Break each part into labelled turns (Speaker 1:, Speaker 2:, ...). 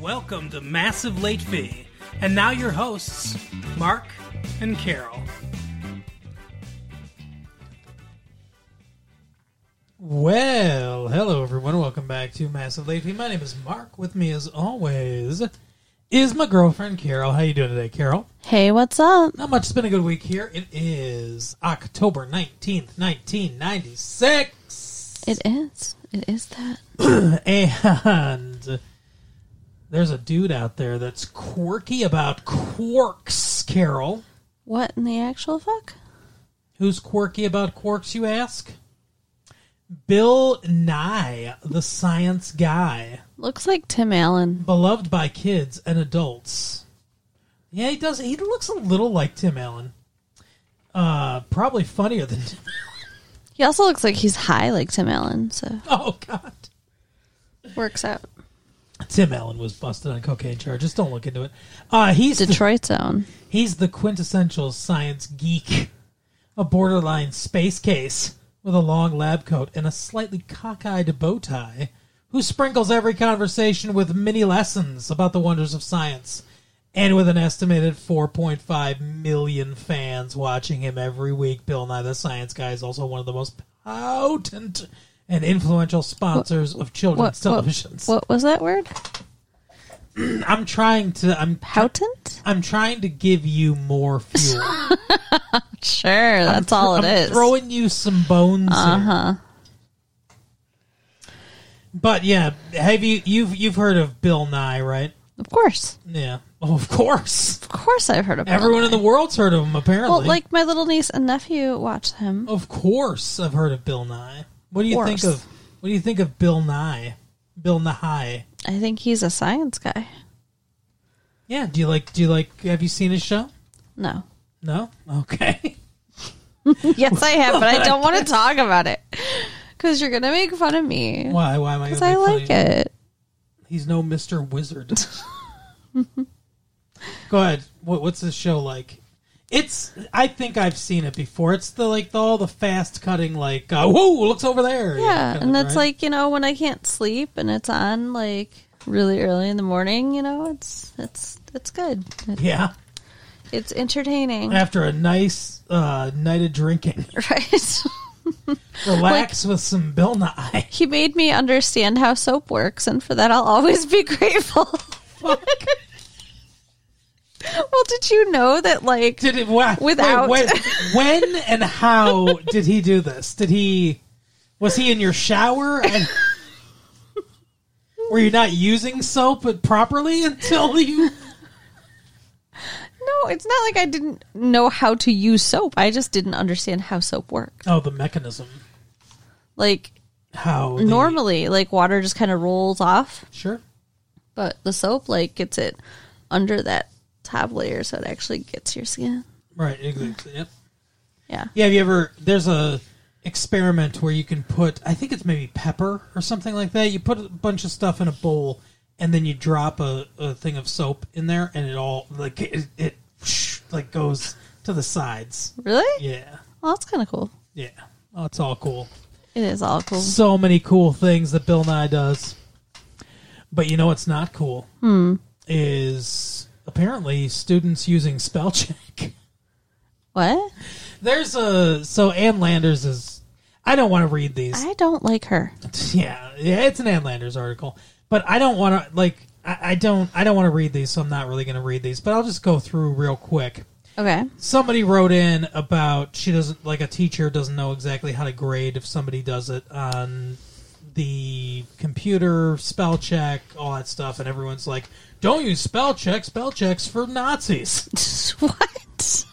Speaker 1: Welcome to Massive Late Fee. And now your hosts, Mark and Carol. Well, hello everyone. Welcome back to Massive Late Fee. My name is Mark. With me as always is my girlfriend Carol. How you doing today, Carol?
Speaker 2: Hey, what's up?
Speaker 1: Not much. It's been a good week here. It is October 19th, 1996.
Speaker 2: It is. It is that.
Speaker 1: And there's a dude out there that's quirky about quarks, Carol.
Speaker 2: What in the actual fuck?
Speaker 1: Who's quirky about quarks, you ask? Bill Nye, the science guy,
Speaker 2: Looks like Tim Allen.
Speaker 1: beloved by kids and adults. Yeah, he does. He looks a little like Tim Allen. Uh, probably funnier than.
Speaker 2: He also looks like he's high like Tim Allen, so
Speaker 1: Oh God.
Speaker 2: works out.
Speaker 1: Tim Allen was busted on cocaine charges. Don't look into it. Uh, he's the-
Speaker 2: Detroit's own.
Speaker 1: He's the quintessential science geek, a borderline space case with a long lab coat and a slightly cockeyed bow tie, who sprinkles every conversation with mini lessons about the wonders of science, and with an estimated 4.5 million fans watching him every week. Bill Nye the Science Guy is also one of the most potent and influential sponsors of
Speaker 2: What,
Speaker 1: children's
Speaker 2: what,
Speaker 1: televisions.
Speaker 2: what was that word?
Speaker 1: I'm trying to. I'm.
Speaker 2: Poutant?
Speaker 1: I'm trying to give you more fuel.
Speaker 2: Sure, that's all it
Speaker 1: I'm
Speaker 2: is. Uh-huh.
Speaker 1: Throwing you some bones. Uh huh. But yeah, have you you've you've heard of Bill Nye, right?
Speaker 2: Of course.
Speaker 1: Yeah. Oh, of course.
Speaker 2: Of course I've heard of
Speaker 1: Everyone in the eh? world's heard of him, apparently.
Speaker 2: Well, like my little niece and nephew watch him.
Speaker 1: of course, I've heard of Bill Nye. What do you
Speaker 2: Of
Speaker 1: think
Speaker 2: course.
Speaker 1: of? What do you think of Bill Nye? Bill Nye.
Speaker 2: I think he's a science guy.
Speaker 1: Yeah. Do you like? Do you like? Have you seen his show?
Speaker 2: No.
Speaker 1: No. Okay.
Speaker 2: yes, I have, but I don't want to talk about it. Because you're going to make fun of me.
Speaker 1: Why? Why am I?
Speaker 2: Because
Speaker 1: gonna
Speaker 2: I
Speaker 1: make fun of
Speaker 2: like
Speaker 1: you?
Speaker 2: it.
Speaker 1: He's no Mister Wizard. Go ahead. What, what's this show like? It's. I think I've seen it before. It's the like the, all the fast cutting like uh, whoa looks over there.
Speaker 2: Yeah, and that's like you know when I can't sleep and it's on like really early in the morning. You know, it's it's it's good. It-
Speaker 1: yeah.
Speaker 2: It's entertaining,
Speaker 1: After a nice uh, night of drinking,
Speaker 2: right?
Speaker 1: relax with some Bill Nye.
Speaker 2: he made me understand how soap works, and for that I'll always be grateful. well, did you know that like
Speaker 1: Did it wha-
Speaker 2: Without-
Speaker 1: wait, when, when and how did he do this? Did he was he in your shower and were you not using soap properly until you
Speaker 2: no, it's not like I didn't know how to use soap. I just didn't understand how soap worked.
Speaker 1: Oh, the mechanism.
Speaker 2: Like
Speaker 1: How the-
Speaker 2: normally, like water just kind of rolls off.
Speaker 1: Sure.
Speaker 2: But the soap like gets it under that top layer so it actually gets your skin.
Speaker 1: Right. Exactly. Yep.
Speaker 2: Yeah.
Speaker 1: Yeah. Have you ever? There's a experiment where you can put. I think it's maybe pepper or something like that. You put a bunch of stuff in a bowl, and then you drop a, a thing of soap in there, and it all like it, it whoosh, like goes to the sides.
Speaker 2: Really?
Speaker 1: Yeah.
Speaker 2: Well, that's kind of cool.
Speaker 1: Yeah. Oh, it's all cool.
Speaker 2: It is all cool.
Speaker 1: so many cool things that Bill Nye does. But you know what's not cool is apparently students using spell check.
Speaker 2: What?
Speaker 1: There's a so Ann Landers is. I don't want to read these.
Speaker 2: I don't like her.
Speaker 1: yeah, yeah, it's an Ann Landers article, but I don't want to like. I, I don't. I don't want to read these, so I'm not really going to read these. But I'll just go through real quick.
Speaker 2: Okay.
Speaker 1: Somebody wrote in about she doesn't like a teacher doesn't know exactly how to grade if somebody does it on the computer spell check all that stuff and everyone's like don't use spell check spell checks for nazis
Speaker 2: what?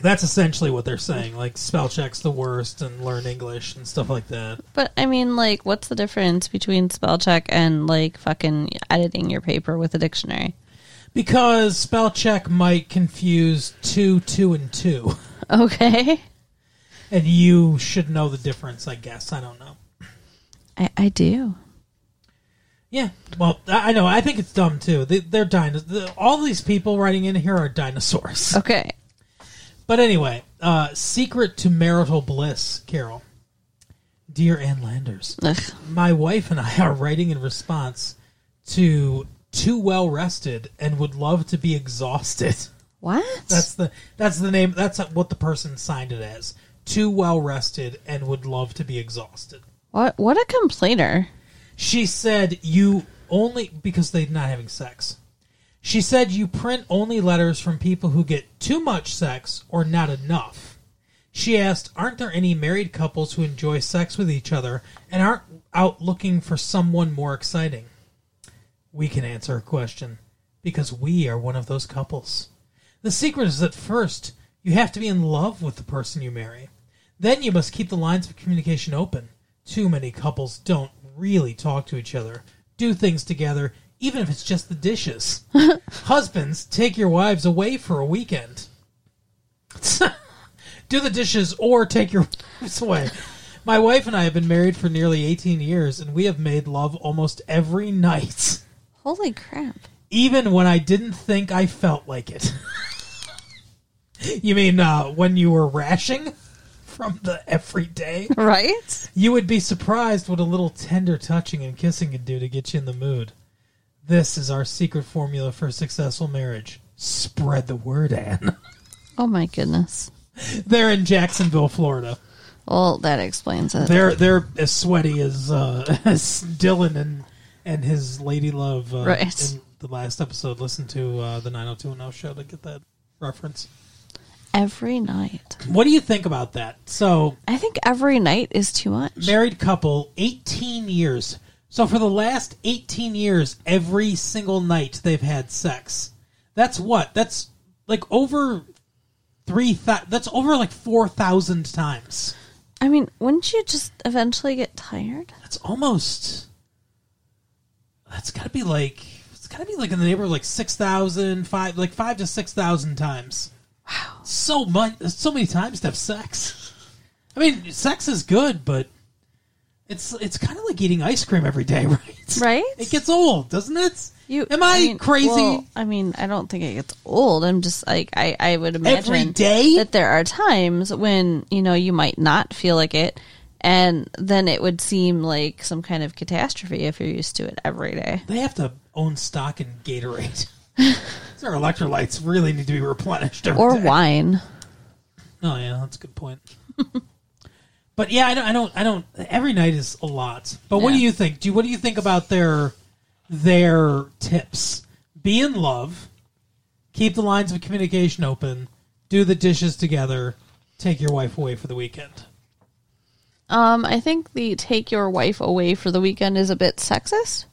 Speaker 1: that's essentially what they're saying like spell checks the worst and learn english and stuff like that
Speaker 2: But I mean, like, what's the difference between spell check and like fucking editing your paper with a dictionary?
Speaker 1: Because spell check might confuse two, two, and two.
Speaker 2: Okay.
Speaker 1: And you should know the difference, I guess. I don't know.
Speaker 2: I, I do.
Speaker 1: Yeah. Well, I I know. I think it's dumb, too. They, they're dinosaurs. All these people writing in here are dinosaurs.
Speaker 2: Okay.
Speaker 1: But anyway, uh, secret to marital bliss, Carol. Dear Ann Landers,
Speaker 2: Ugh.
Speaker 1: my wife and I are writing in response to too well rested and would love to be exhausted.
Speaker 2: What?
Speaker 1: That's the that's the name. That's what the person signed it as. Too well rested and would love to be exhausted.
Speaker 2: what? What a complainer.
Speaker 1: She said you only because they're not having sex. She said you print only letters from people who get too much sex or not enough. She asked, "Aren't there any married couples who enjoy sex with each other and aren't out looking for someone more exciting?" We can answer her question because we are one of those couples. The secret is that first you have to be in love with the person you marry. Then you must keep the lines of communication open. Too many couples don't really talk to each other, do things together, even if it's just the dishes. Husbands, take your wives away for a weekend. do the dishes or take your wives away. My wife and I have been married for nearly 18 years, and we have made love almost every night
Speaker 2: Holy crap.
Speaker 1: even when I didn't think I felt like it. you mean uh, when you were rashing from the everyday?
Speaker 2: Right?
Speaker 1: You would be surprised what a little tender touching and kissing can do to get you in the mood. This is our secret formula for a successful marriage. Spread the word, Anne.
Speaker 2: Oh my goodness.
Speaker 1: They're in Jacksonville, Florida.
Speaker 2: Well, that explains it.
Speaker 1: They're they're as sweaty as, uh, as Dylan and and his lady love. Uh,
Speaker 2: Right.
Speaker 1: In the last episode, listen to uh, the 90210 show to get that reference.
Speaker 2: Every night.
Speaker 1: What do you think about that? So,
Speaker 2: I think every night is too much.
Speaker 1: married couple, 18 years. So, for the last 18 years, every single night they've had sex. That's what? That's like over 3,000. That's over like 4,000 times.
Speaker 2: I mean, wouldn't you just eventually get tired?
Speaker 1: That's almost. That's got to be like. It's got to be like in the neighborhood of like 6,000, five, like 5 to 6,000 times. Wow. So much. So many times to have sex. I mean, sex is good, but it's it's kind of like eating ice cream every day, right?
Speaker 2: Right?
Speaker 1: It gets old, doesn't it?
Speaker 2: You
Speaker 1: Am I,
Speaker 2: mean,
Speaker 1: crazy?
Speaker 2: well, I mean, I don't think it gets old. I'm just like I, I would imagine
Speaker 1: day?
Speaker 2: that there are times when, you know, you might not feel like it and then it would seem like some kind of catastrophe if you're used to it every day.
Speaker 1: they have to own stock in Gatorade. Their electrolytes really need to be replenished. every
Speaker 2: Or
Speaker 1: day.
Speaker 2: wine.
Speaker 1: Oh yeah, that's a good point. but yeah, I don't, I don't, I don't. Every night is a lot. But what do
Speaker 2: Yeah.
Speaker 1: you think? Do you- what do you think about their their tips? Be in love, keep the lines of communication open, do the dishes together, take your wife away for the weekend.
Speaker 2: Um, I think the take your wife away for the weekend is a bit sexist.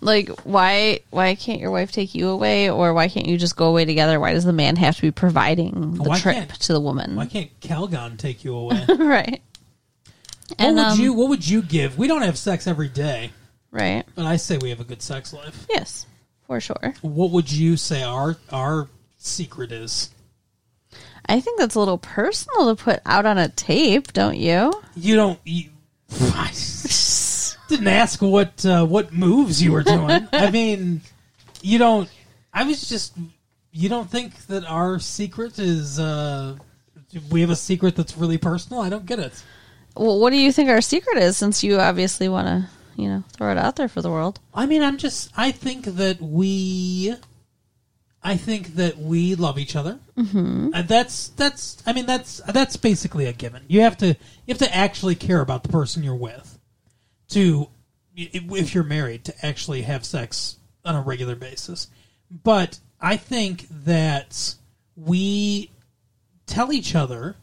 Speaker 2: like why why can't your wife take you away or why can't you just go away together? Why does the man have to be providing the
Speaker 1: Why
Speaker 2: trip
Speaker 1: can't-
Speaker 2: to the woman?
Speaker 1: Why can't Calgon take you away?
Speaker 2: right.
Speaker 1: what would
Speaker 2: um,
Speaker 1: you What would you give? We don't have sex every day,
Speaker 2: Right.
Speaker 1: but I say we have a good sex life.
Speaker 2: Yes. For sure.
Speaker 1: What would you say our our secret is?
Speaker 2: I think that's a little personal to put out on a tape, don't you?
Speaker 1: You don't. You, didn't ask what uh, what moves you were doing. I mean, you don't. I was just. You don't think that our secret is. Uh, we have a secret that's really personal. I don't get it.
Speaker 2: Well, what do you think our secret is since you obviously want to, you know, throw it out there for the world?
Speaker 1: I mean, I'm just. I think that we. I think that we love each other. Mm-hmm. And that's that's. I mean, that's that's basically a given. You have to you have to actually care about the person you're with, to if if you're married to actually have sex on a regular basis. But I think that we tell each other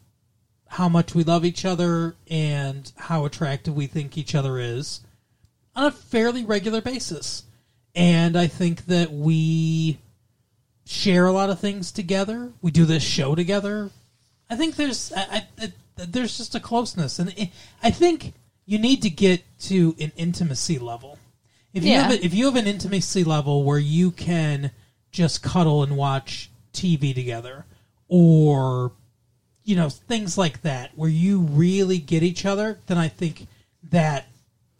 Speaker 1: how much we love each other and how attractive we think each other is on a fairly regular basis. And I think that we share a lot of things together. We do this show together. I think there's I, I, I- there's just a closeness, and it, I think you need to get to an intimacy level. If you
Speaker 2: Yeah.
Speaker 1: have a, if you have an intimacy level where you can just cuddle and watch TV together, or you know things like that where you really get each other then i think that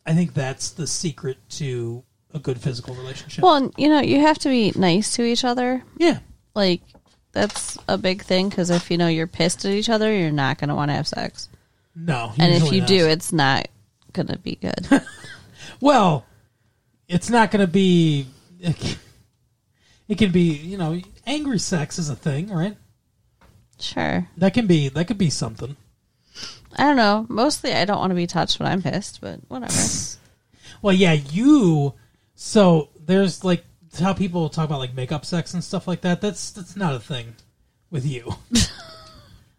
Speaker 1: i think that's the secret to a good physical relationship
Speaker 2: Well, and, you know, you have to be nice to each other.
Speaker 1: yeah
Speaker 2: Like that's a big thing because if you know you're pissed at each other, you're not going to want to have sex.
Speaker 1: No.
Speaker 2: And if
Speaker 1: usually
Speaker 2: you
Speaker 1: not.
Speaker 2: do, it's not going to be good.
Speaker 1: Well, it's not going to be. It c- it can be, you know, angry sex is a thing, right?
Speaker 2: sure.
Speaker 1: That can be. That could be something.
Speaker 2: I don't know. Mostly I don't want to be touched when I'm pissed, but whatever.
Speaker 1: Well, yeah, you. So there's like it's how people talk about like makeup sex and stuff like that. That's that's not a thing with you.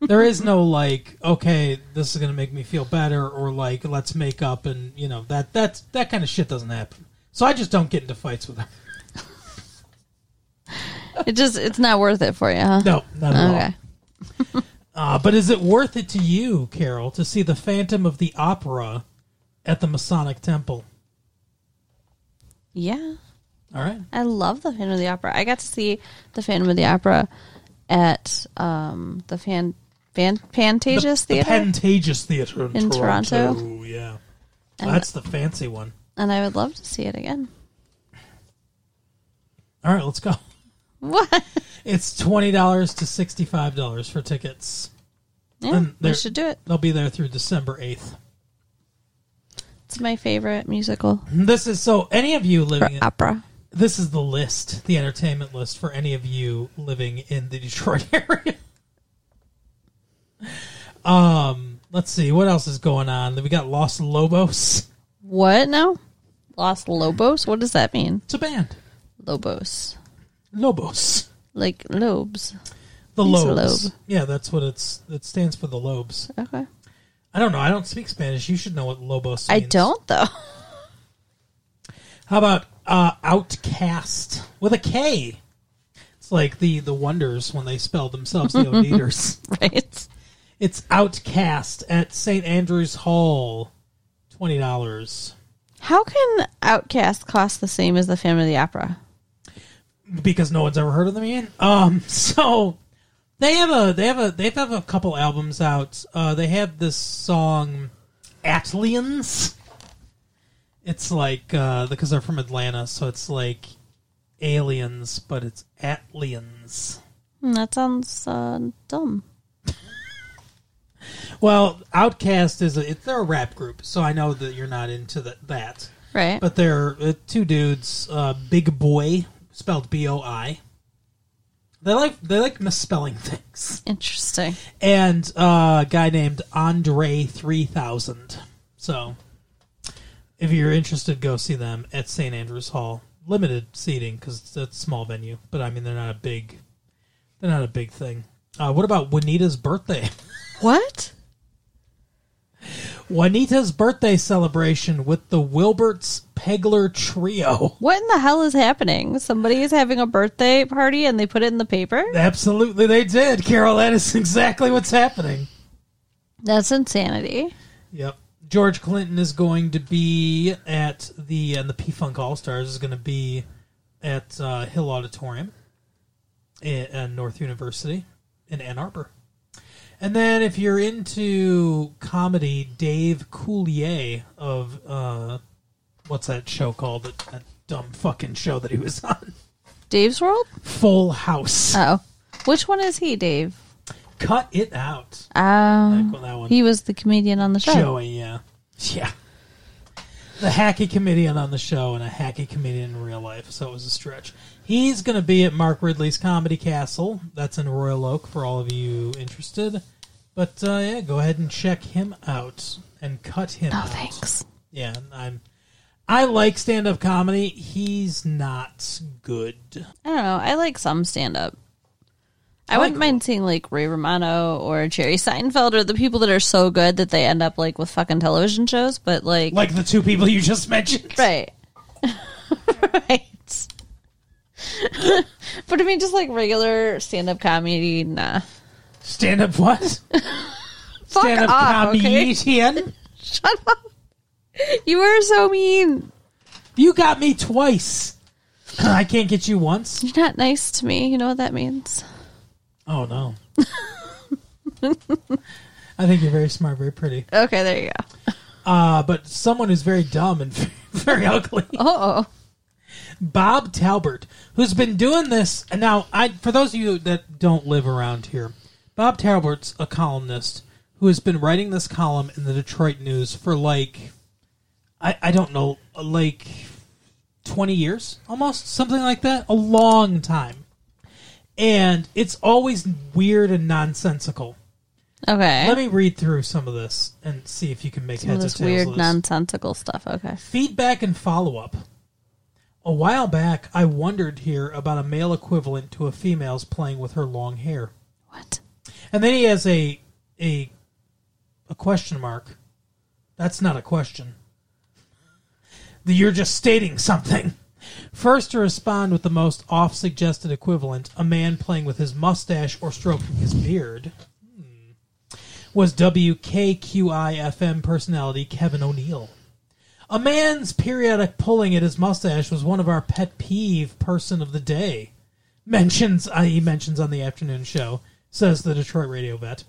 Speaker 1: there is no like, okay, this is gonna make me feel better, or like let's make up and you know that that's that kind of shit doesn't happen. So I just don't get into fights with her.
Speaker 2: it just it's not worth it for you, huh?
Speaker 1: No, not at all.
Speaker 2: Okay.
Speaker 1: Uh, but is it worth it to you, Carol, to see the Phantom of the Opera at the Masonic Temple?
Speaker 2: Yeah.
Speaker 1: All right.
Speaker 2: I love the Phantom of the Opera. I got to see the Phantom of the Opera at um the Fan Fan Pantages
Speaker 1: the,
Speaker 2: Theater.
Speaker 1: The Pantages Theater in,
Speaker 2: In Toronto?
Speaker 1: Yeah. That's the fancy one.
Speaker 2: and I would love to see it again.
Speaker 1: All right, let's go.
Speaker 2: What?
Speaker 1: It's twenty dollars to sixty-five dollars for tickets.
Speaker 2: Yeah,
Speaker 1: And
Speaker 2: we
Speaker 1: there-
Speaker 2: should do it.
Speaker 1: They'll be there through December eighth.
Speaker 2: It's my favorite musical
Speaker 1: This is so. Any of you
Speaker 2: or
Speaker 1: living in
Speaker 2: opera.
Speaker 1: this is the list, the entertainment list for any of you living in the Detroit area. um, let's see what else is going on. We got Los Lobos.
Speaker 2: What now? Los Lobos? What does that mean?
Speaker 1: It's a band.
Speaker 2: Lobos.
Speaker 1: Lobos.
Speaker 2: Like lobes.
Speaker 1: The
Speaker 2: He's a
Speaker 1: Lobes.
Speaker 2: lobe.
Speaker 1: Yeah, that's what it's. It stands for the Lobes.
Speaker 2: Okay.
Speaker 1: I don't know. I don't speak Spanish. You should know what Lobos.
Speaker 2: I
Speaker 1: Means.
Speaker 2: don't though.
Speaker 1: How about uh, Outcast with a K? It's like the the Wonders when they spell themselves the Oneaters.
Speaker 2: right.
Speaker 1: It's Outcast at St. Andrew's Hall. Twenty dollars
Speaker 2: How can Outcast cost the same as the Phantom of the Opera?
Speaker 1: because no one's ever heard of them yet. Um, so they have a they have a they have a couple albums out. Uh, they have this song Atlians. It's like uh, because they're from Atlanta, so it's like aliens, but it's Atlians.
Speaker 2: Hmm, that sounds uh, dumb.
Speaker 1: Well, Outcast is a, it, they're a rap group, so I know that you're not into the, that.
Speaker 2: Right.
Speaker 1: But they're uh, two dudes, uh, Big Boy, spelled B O I. They like they like misspelling things,
Speaker 2: Interesting.
Speaker 1: and uh, a guy named Andre Three Thousand. So, if you're interested, go see them at St Andrews Hall. Limited seating because it's a small venue, but I mean they're not a big, they're not a big thing. Uh, what about Juanita's birthday?
Speaker 2: What?
Speaker 1: Juanita's birthday celebration with the Wilberts Pegler Trio.
Speaker 2: What in the hell is happening? Somebody is having a birthday party and they put it in the paper?
Speaker 1: Absolutely, they did, Carol. That is exactly what's happening.
Speaker 2: That's insanity.
Speaker 1: Yep. George Clinton is going to be at the and the P Funk All Stars is going to be at uh, Hill Auditorium at, at North University in Ann Arbor. And then, if you're into comedy, Dave Coulier of uh, what's that show called? That, that dumb fucking show that he was on.
Speaker 2: Dave's World?
Speaker 1: Full House.
Speaker 2: Oh. Which one is he, Dave?
Speaker 1: Cut it out.
Speaker 2: Um,
Speaker 1: Like, well, that one.
Speaker 2: he was the comedian on the show.
Speaker 1: Joey, yeah. Yeah. The hacky comedian on the show and a hacky comedian in real life, so it was a stretch. He's going to be at Mark Ridley's Comedy Castle. That's in Royal Oak for all of you interested. But uh, yeah, go ahead and check him out and cut him
Speaker 2: No
Speaker 1: out.
Speaker 2: Oh, thanks.
Speaker 1: Yeah, and I'm. I like stand up comedy. He's not good.
Speaker 2: I don't know. I like some stand up. I
Speaker 1: I
Speaker 2: wouldn't
Speaker 1: like-
Speaker 2: mind seeing like Ray Romano or Jerry Seinfeld or the people that are so good that they end up like with fucking television shows, but like,
Speaker 1: Like the two people you just mentioned.
Speaker 2: right. right. but I mean just like regular stand up comedy, nah.
Speaker 1: Stand up what?
Speaker 2: Fuck
Speaker 1: Stand up
Speaker 2: off, okay?
Speaker 1: comedian.
Speaker 2: Shut up. You are so mean.
Speaker 1: You got me twice. I can't get you once.
Speaker 2: You're not nice to me. You know what that means?
Speaker 1: Oh no. I think you're very smart, very pretty.
Speaker 2: Okay, there you go.
Speaker 1: Uh, but someone who's very dumb and very ugly.
Speaker 2: Oh,
Speaker 1: Bob Talbert, who's been doing this and now. I for those of you that don't live around here, Bob Talbert's a columnist who has been writing this column in the Detroit News for like, I, I don't know, like 20 years almost, something like that, a long time. And it's always weird and nonsensical.
Speaker 2: oh. Okay.
Speaker 1: Let me read through some of this and see if you can make
Speaker 2: Some of
Speaker 1: heads or
Speaker 2: this
Speaker 1: tails.
Speaker 2: weird,
Speaker 1: of this.
Speaker 2: nonsensical stuff. Okay.
Speaker 1: Feedback and follow up. A while back, I wondered here about a male equivalent to a female's playing with her long hair.
Speaker 2: What?
Speaker 1: And then he has a a a question mark. That's not a question. The- You're just stating something. First to respond with the most off suggested equivalent, a man playing with his mustache or stroking his beard, hmm, was WKQI FM personality Kevin O'Neill. A man's periodic pulling at his mustache was one of our pet peeve person of the day. Mentions uh, he mentions on the afternoon show, says the Detroit radio vet.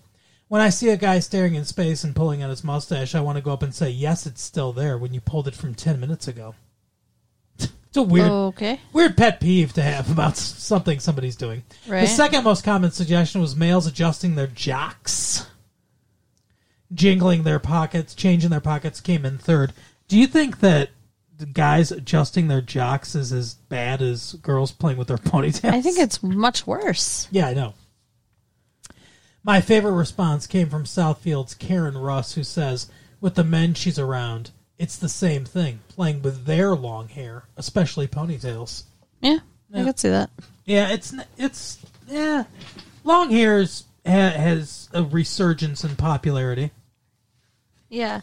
Speaker 1: When I see a guy staring in space and pulling at his mustache, I want to go up and say, "Yes, it's still there when you pulled it from ten minutes ago." it's a weird,
Speaker 2: Okay.
Speaker 1: weird pet peeve to have about s- something somebody's doing. The
Speaker 2: Right.
Speaker 1: second most common suggestion was males adjusting their jocks, jingling their pockets, changing their pockets came in third. Do you think that the guys adjusting their jocks is as bad as girls playing with their ponytails?
Speaker 2: I think it's much worse.
Speaker 1: Yeah, I know. My favorite response came from Southfield's Karen Russ, who says, With the men she's around, it's the same thing, playing with their long hair, especially ponytails.
Speaker 2: Yeah,
Speaker 1: Yeah.
Speaker 2: I could see that.
Speaker 1: Yeah, it's n- it's yeah. Long hairs ha- has a resurgence in popularity.
Speaker 2: Yeah.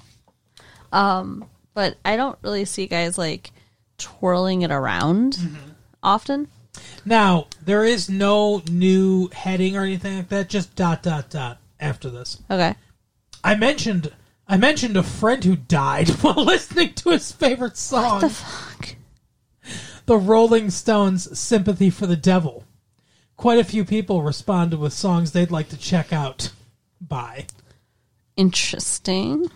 Speaker 2: Um, but I don't really see guys like twirling it around often.
Speaker 1: Now there is no new heading or anything like that. Just dot dot dot after this.
Speaker 2: Okay.
Speaker 1: I mentioned I mentioned a friend who died while listening to his favorite song,
Speaker 2: The fuck.
Speaker 1: the Rolling Stones' "Sympathy for the Devil." Quite a few people responded with songs they'd like to check out. Bye.
Speaker 2: Interesting.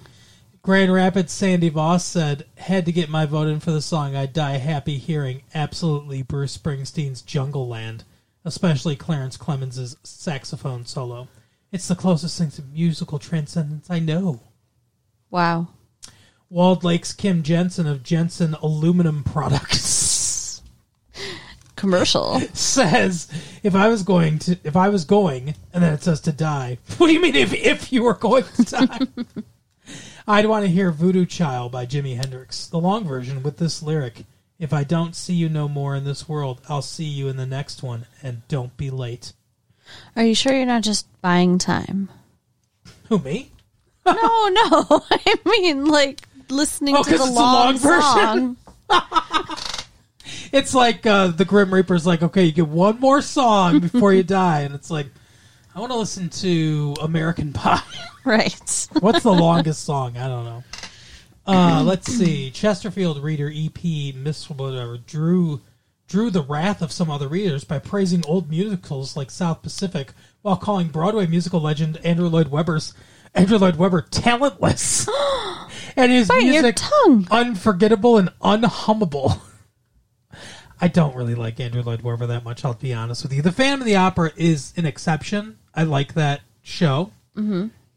Speaker 1: Grand Rapids Sandy Voss said, "Had to get my vote in for the song. I die happy hearing absolutely Bruce Springsteen's Jungle Land, especially Clarence Clemens' saxophone solo. It's the closest thing to musical transcendence I know."
Speaker 2: Wow.
Speaker 1: Wald Lake's Kim Jensen of Jensen Aluminum Products
Speaker 2: Commercial.
Speaker 1: says, "If I was going to, if I was going, and then it says to die. What do you mean if if you were going to die?" I'd want to hear Voodoo Child by Jimi Hendrix, the long version with this lyric If I don't see you no more in this world, I'll see you in the next one, and don't be late.
Speaker 2: Are you sure you're not just buying time?
Speaker 1: Who, me?
Speaker 2: no, no. I mean, like listening
Speaker 1: Oh,
Speaker 2: to
Speaker 1: 'cause
Speaker 2: the
Speaker 1: it's a long
Speaker 2: long,
Speaker 1: version.
Speaker 2: song.
Speaker 1: It's like uh, the Grim Reaper's like, okay, you get one more song before you die, and it's like, I want to listen to American Pie.
Speaker 2: right.
Speaker 1: What's the longest song? I don't know. Uh, let's see. Chesterfield reader EP Miss whatever drew drew the wrath of some other readers by praising old musicals like South Pacific while calling Broadway musical legend Andrew Lloyd Webber's Andrew Lloyd Webber talentless and his
Speaker 2: your
Speaker 1: music
Speaker 2: tongue.
Speaker 1: unforgettable and unhummable. I don't really like Andrew Lloyd Webber that much. I'll be honest with you. The Phantom of the Opera is an exception. I like that show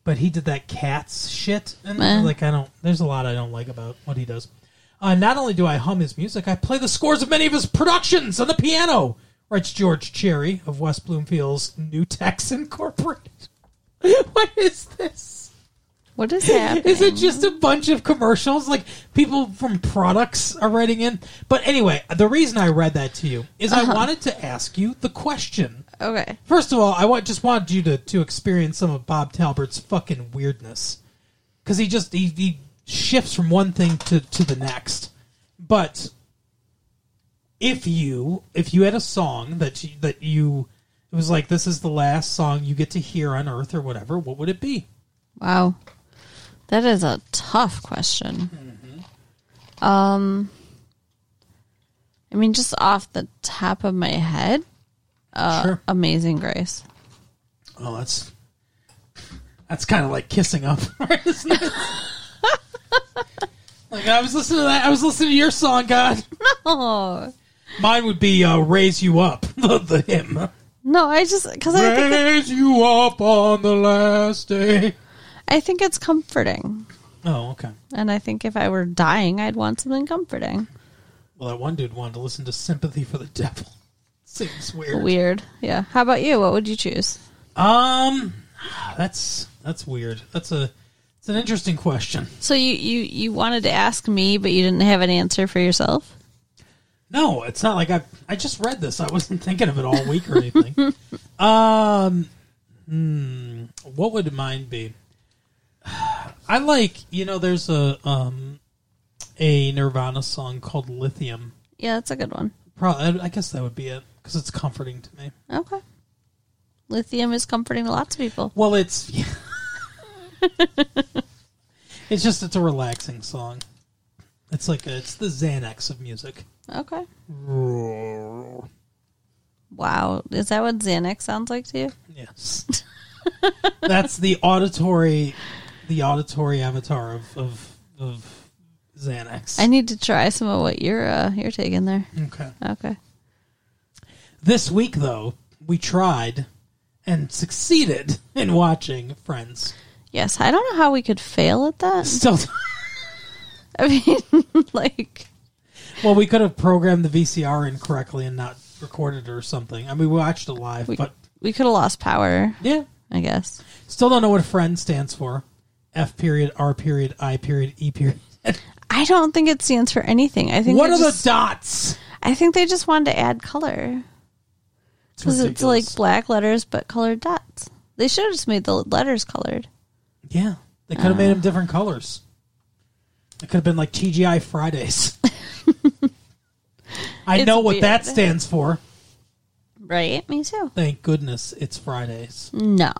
Speaker 1: but he did that cats shit and
Speaker 2: Eh.
Speaker 1: like i don't there's a lot i don't like about what he does uh, not only do i hum his music i play the scores of many of his productions on the piano writes george cherry of west bloomfield's new tex incorporated what is this
Speaker 2: What is happening?
Speaker 1: is it just a bunch of commercials like people from products are writing in but anyway the reason i read that to you is
Speaker 2: Uh-huh.
Speaker 1: i wanted to ask you the question
Speaker 2: okay.
Speaker 1: First of all, I want, just wanted you to, to experience some of Bob Talbert's fucking weirdness. Because he just he, he shifts from one thing to, to the next. But if you if you had a song that you, that you it was like this is the last song you get to hear on Earth or whatever, what would it be?
Speaker 2: Wow. That is a tough question. Um I mean just off the top of my head,
Speaker 1: sure.
Speaker 2: Amazing Grace.
Speaker 1: Oh, that's that's kind of like kissing up, isn't it? like I was listening to that. I was listening to your song, God.
Speaker 2: Oh.
Speaker 1: Mine would be uh, "Raise You Up," the, the hymn.
Speaker 2: No, I just cuz I think
Speaker 1: Raise you up on the last day.
Speaker 2: I think it's comforting.
Speaker 1: Oh, okay.
Speaker 2: And I think if I were dying, I'd want something comforting.
Speaker 1: Well, that one dude wanted to listen to "Sympathy for the Devil." Seems weird.
Speaker 2: Weird. Yeah. How about you? What would you choose?
Speaker 1: Um, that's that's weird. That's a it's an interesting question.
Speaker 2: So you, you, you wanted to ask me, but you didn't have an answer for yourself?
Speaker 1: No, it's not like I I just read this. I wasn't thinking of it all week or anything. um, hmm, what would mine be? I like you know. There's a um a Nirvana song called Lithium.
Speaker 2: Yeah, that's a good one.
Speaker 1: Probably, I guess that would be it because it's comforting to me.
Speaker 2: Okay. Lithium is comforting to lots of people.
Speaker 1: Well, it's it's just it's a relaxing song. It's like a, it's the Xanax of music.
Speaker 2: Okay. Wow. Is that what Xanax sounds like to you?
Speaker 1: Yes, that's the auditory, the auditory avatar of of, of Xanax.
Speaker 2: I need to try some of what you're uh, you're taking there.
Speaker 1: okay.
Speaker 2: Okay.
Speaker 1: This week, though, we tried and succeeded in watching Friends.
Speaker 2: Yes, I don't know how we could fail at that.
Speaker 1: Still,
Speaker 2: I mean, like,
Speaker 1: well, we could have programmed the VCR incorrectly and not recorded it or something. I mean, we watched it live,
Speaker 2: we,
Speaker 1: but
Speaker 2: we could have lost power,
Speaker 1: yeah,
Speaker 2: I guess.
Speaker 1: Still don't know what friend stands for. F period, R period, I period, E period.
Speaker 2: I don't think it stands for anything. I think
Speaker 1: What
Speaker 2: they
Speaker 1: are
Speaker 2: just,
Speaker 1: the dots?
Speaker 2: I think they just wanted to add color because it's like
Speaker 1: ridiculous.
Speaker 2: black letters but colored dots. They should have just made the letters colored.
Speaker 1: yeah, they could have
Speaker 2: Uh.
Speaker 1: made them different colors. It could have been like TGI Fridays. I
Speaker 2: It's
Speaker 1: know what that
Speaker 2: weird.
Speaker 1: stands for.
Speaker 2: Right? Me too.
Speaker 1: Thank goodness it's Fridays.
Speaker 2: No.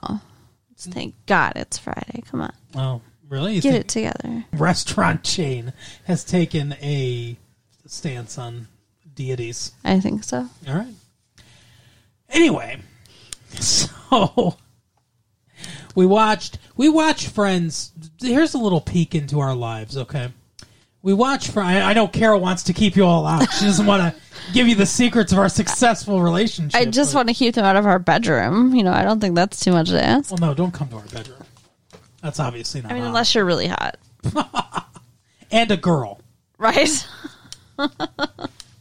Speaker 2: It's- Thank God it's Friday. Come on.
Speaker 1: Oh, really? You
Speaker 2: Get
Speaker 1: think
Speaker 2: it together.
Speaker 1: Restaurant chain has taken a stance on deities.
Speaker 2: I think so.
Speaker 1: All right. Anyway, so we watched we watched Friends. Here's a little peek into our lives, okay? We watch Friends. I know Carol wants to keep you all out. She doesn't want to give you the secrets of our successful relationship.
Speaker 2: I just
Speaker 1: but-
Speaker 2: want to keep them out of our bedroom. You know, I don't think that's too much to ask.
Speaker 1: Well, no, don't come to our bedroom. That's obviously not.
Speaker 2: I mean,
Speaker 1: allowed.
Speaker 2: unless you're really hot,
Speaker 1: and a girl,
Speaker 2: right?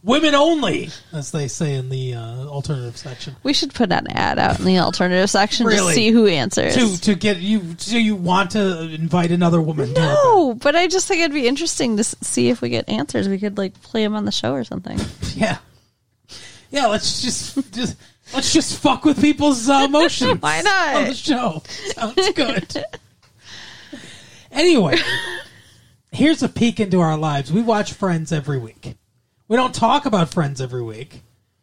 Speaker 1: women only, as they say in the uh, alternative section.
Speaker 2: We should put an ad out in the alternative section
Speaker 1: Really?
Speaker 2: to see who answers.
Speaker 1: To to get you, so you want to invite another woman? to our bedroom.
Speaker 2: No, but I just think it'd be interesting to s- see if we get answers. We could like play them on the show or something.
Speaker 1: Yeah. Yeah, let's just just let's just fuck with people's uh, emotions.
Speaker 2: Why not?
Speaker 1: On the show. Sounds good. anyway, here's a peek into our lives. We watch Friends every week. We don't talk about Friends every week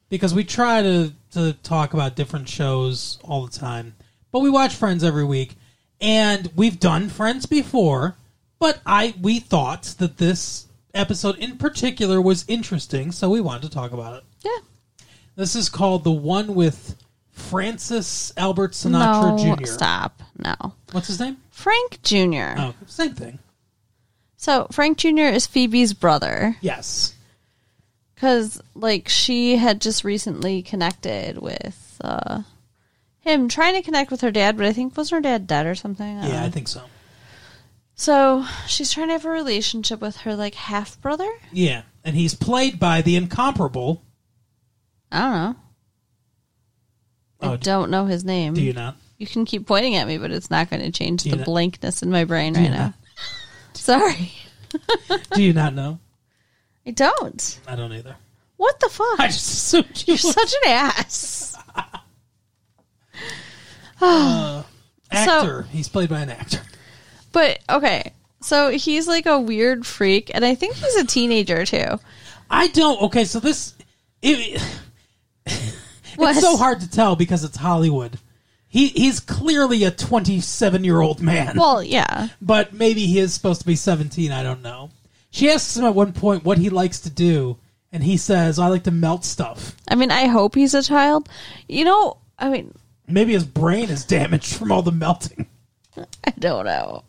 Speaker 1: because we try to to talk about different shows all the time. But we watch Friends every week and we've done Friends before, but I we thought that this episode in particular was interesting, so we wanted to talk about it.
Speaker 2: Yeah.
Speaker 1: This is called the one with Francis Albert Sinatra
Speaker 2: no,
Speaker 1: Jr.
Speaker 2: stop. No.
Speaker 1: What's his name?
Speaker 2: Frank Jr.
Speaker 1: Oh, same thing.
Speaker 2: So Frank Jr. is Phoebe's brother
Speaker 1: Yes.
Speaker 2: because like she had just recently connected with uh, him, trying to connect with her dad, but I think was her dad dead or something. I don't
Speaker 1: Yeah, I
Speaker 2: know.
Speaker 1: think so.
Speaker 2: So she's trying to have a relationship with her like half brother.
Speaker 1: Yeah, and he's played by the incomparable.
Speaker 2: I don't know. I
Speaker 1: Oh, d-
Speaker 2: don't know his name.
Speaker 1: do you not?
Speaker 2: You can keep pointing at me, but it's not going to change
Speaker 1: Do you
Speaker 2: the
Speaker 1: not-
Speaker 2: blankness in my brain right
Speaker 1: you
Speaker 2: now.
Speaker 1: not?
Speaker 2: Sorry.
Speaker 1: Do you not know?
Speaker 2: I don't.
Speaker 1: I don't either.
Speaker 2: What the fuck?
Speaker 1: I just assumed you
Speaker 2: You're such an ass.
Speaker 1: actor. he's played by an actor.
Speaker 2: But okay. So he's like a weird freak, and I think he's a teenager too.
Speaker 1: I don't. Okay, so this it,
Speaker 2: What?
Speaker 1: it's so hard to tell because it's Hollywood. He he's clearly a 27-year-old man.
Speaker 2: Well, yeah.
Speaker 1: but maybe he is supposed to be 17. I don't know. She asks him at one point what he likes to do, and he says, I like to melt stuff.
Speaker 2: I mean, I hope he's a child. You know, I mean,
Speaker 1: Maybe his brain is damaged from all the melting.
Speaker 2: I don't know.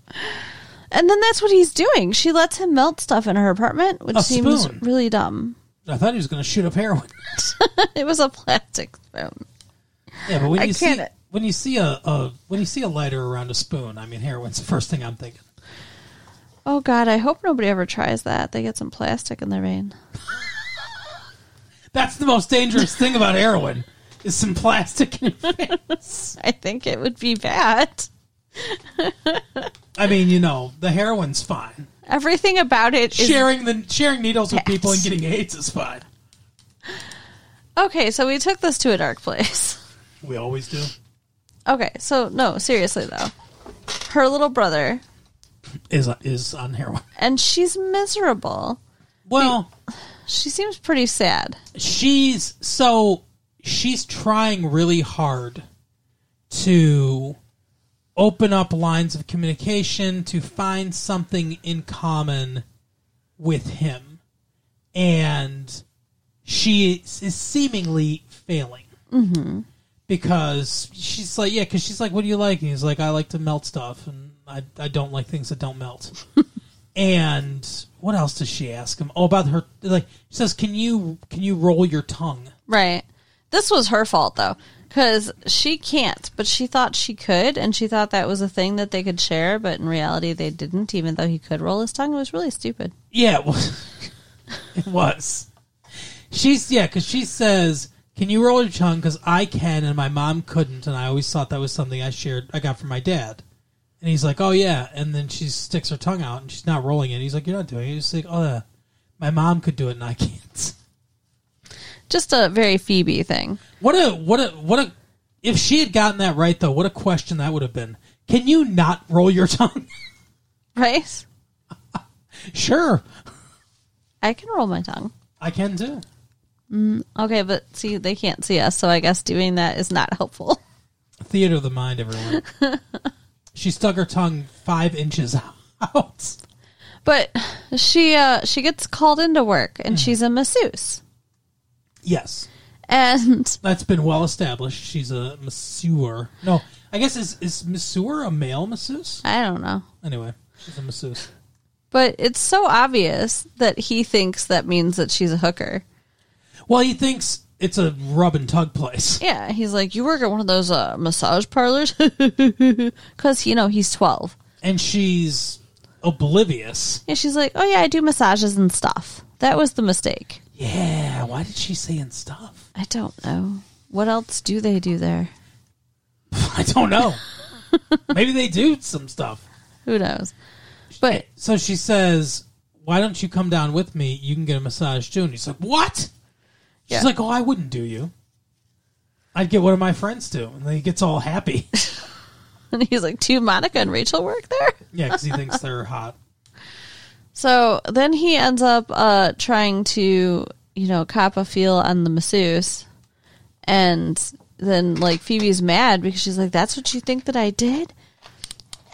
Speaker 2: And then that's what he's doing. She lets him melt stuff in her apartment, which
Speaker 1: A
Speaker 2: seems
Speaker 1: spoon.
Speaker 2: really dumb.
Speaker 1: I thought he was going to shoot up heroin.
Speaker 2: it was a plastic spoon.
Speaker 1: Yeah, but when
Speaker 2: I
Speaker 1: you see
Speaker 2: can't-
Speaker 1: when you see a, a when you see a lighter around a spoon, I mean, heroin's the first thing I'm thinking.
Speaker 2: Oh God, I hope nobody ever tries that. They get some plastic in their vein.
Speaker 1: That's the most dangerous thing about heroin is some plastic. in your veins.
Speaker 2: I think it would be bad.
Speaker 1: I mean, you know, the heroin's fine.
Speaker 2: Everything about it is
Speaker 1: Sharing the sharing needles with people and
Speaker 2: Yes.
Speaker 1: getting AIDS is fine.
Speaker 2: okay. So we took this to a dark place.
Speaker 1: We always do.
Speaker 2: Okay, so no, seriously though, her little brother,
Speaker 1: Is is on heroin.
Speaker 2: and she's miserable.
Speaker 1: Well,
Speaker 2: She seems pretty sad.
Speaker 1: she's so she's trying really hard to open up lines of communication to find something in common with him and she is seemingly failing mm-hmm. because she's like yeah because she's like what do you like and he's like i like to melt stuff and i, I don't like things that don't melt and what else does she ask him oh about her like she says can you can you roll your tongue
Speaker 2: Right. This was her fault though, because she can't, but she thought she could, and she thought that was a thing that they could share, but in reality they didn't, even though he could roll his tongue. It was really stupid.
Speaker 1: Yeah, it was. it was. She's yeah, because she says, "Can you roll your tongue?" Because I can, and my mom couldn't, and I always thought that was something I shared. I got from my dad, and he's like, "Oh yeah," and then she sticks her tongue out, and she's not rolling it. He's like, "You're not doing it." He's like, "Oh, yeah. my mom could do it, and I can't."
Speaker 2: Just a very Phoebe thing.
Speaker 1: What a what a what a! If she had gotten that right, though, what a question that would have been. Can you not roll your tongue?
Speaker 2: Right?
Speaker 1: sure,
Speaker 2: I can roll my tongue.
Speaker 1: I can too.
Speaker 2: Okay, but see they can't see us, so I guess doing that is not helpful.
Speaker 1: Theater of the mind, everyone. she stuck her tongue five inches out.
Speaker 2: But she uh she gets called into work and she's a masseuse.
Speaker 1: Yes,
Speaker 2: And
Speaker 1: that's been well established. She's a masseur. No, I guess is is masseur a male masseuse?
Speaker 2: I don't know.
Speaker 1: Anyway, she's a masseuse.
Speaker 2: But it's so obvious that he thinks that means that she's a hooker.
Speaker 1: Well, he thinks it's a rub and tug place.
Speaker 2: Yeah, he's like, you work at one of those uh, massage parlors? Because, you know, he's 12.
Speaker 1: And she's oblivious.
Speaker 2: And she's like, oh, yeah, I do massages and stuff. That was the mistake.
Speaker 1: Yeah, why did she say and stuff?
Speaker 2: I don't know. What else do they do there?
Speaker 1: I don't know. Maybe they do some stuff.
Speaker 2: Who knows? But
Speaker 1: So she says, "Why don't you come down with me? You can get a massage too." And he's like, "What?"
Speaker 2: Yeah.
Speaker 1: She's like, "Oh, I wouldn't do you. I'd get one of my friends to." And then he gets all happy.
Speaker 2: and he's like, do Monica and Rachel work there?
Speaker 1: yeah, because he thinks they're hot.
Speaker 2: So then he ends up uh, trying to, you know, cop a feel on the masseuse. And then, like, Phoebe's mad because she's like, that's what you think that I did?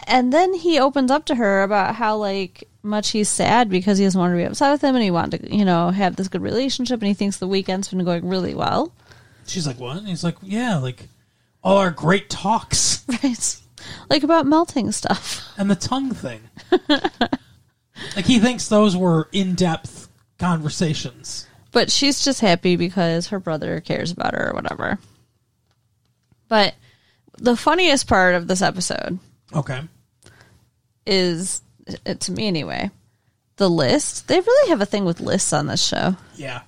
Speaker 2: And then he opens up to her about how, like, much he's sad because he doesn't want to be upset with him and he wanted to, you know, have this good relationship and he thinks the weekend's been going really well.
Speaker 1: She's like, "What?" And he's like, "Yeah, like all our great talks
Speaker 2: Right. Like, about melting stuff.
Speaker 1: and the tongue thing." like he thinks those were in-depth conversations.
Speaker 2: but she's just happy because her brother cares about her or whatever. But the funniest part of this episode
Speaker 1: Okay.
Speaker 2: is, uh, to me anyway, the list. They really have a thing with lists on this show.
Speaker 1: Yeah.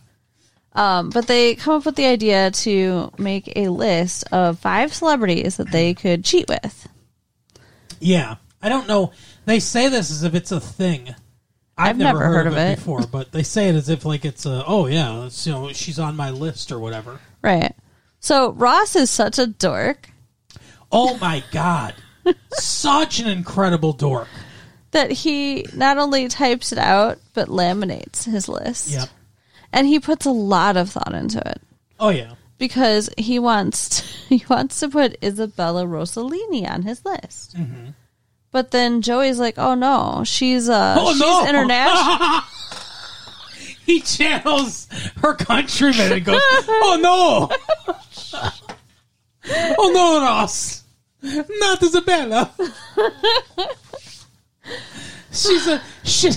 Speaker 2: Um, but they come up with the idea to make a list of five celebrities that they could cheat with.
Speaker 1: Yeah, I don't know. They say this as if it's a thing. I've, never, heard, of it, before, but they say it as if like it's a oh yeah, it's, you know she's on my list or whatever.
Speaker 2: Right. So Ross is such a dork
Speaker 1: Oh my god, such an incredible dork.
Speaker 2: that he not only types it out, but laminates his list.
Speaker 1: Yep.
Speaker 2: and he puts a lot of thought into it
Speaker 1: Oh yeah.
Speaker 2: because he wants he wants to put Isabella Rossellini on his list.
Speaker 1: Mm-hmm.
Speaker 2: But then Joey's like, "Oh no, she's uh
Speaker 1: Oh,
Speaker 2: she's
Speaker 1: no!"
Speaker 2: international."
Speaker 1: He channels her countryman and goes, "Oh no, oh no, Ross, not Isabella. She's a she,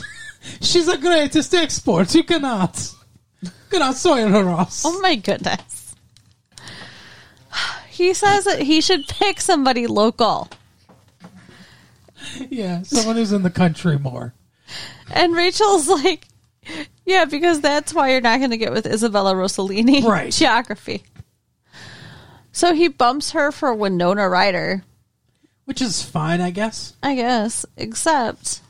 Speaker 1: she's a greatest export. You cannot, cannot soil her, Ross.
Speaker 2: oh my goodness. He says that he should pick somebody local.
Speaker 1: Yeah, someone who's in the country more.
Speaker 2: And Rachel's like, yeah, because that's why you're not going to get with Isabella Rossellini.
Speaker 1: Right.
Speaker 2: Geography. So he bumps her for Winona Ryder,
Speaker 1: Which is fine, I guess.
Speaker 2: I guess, except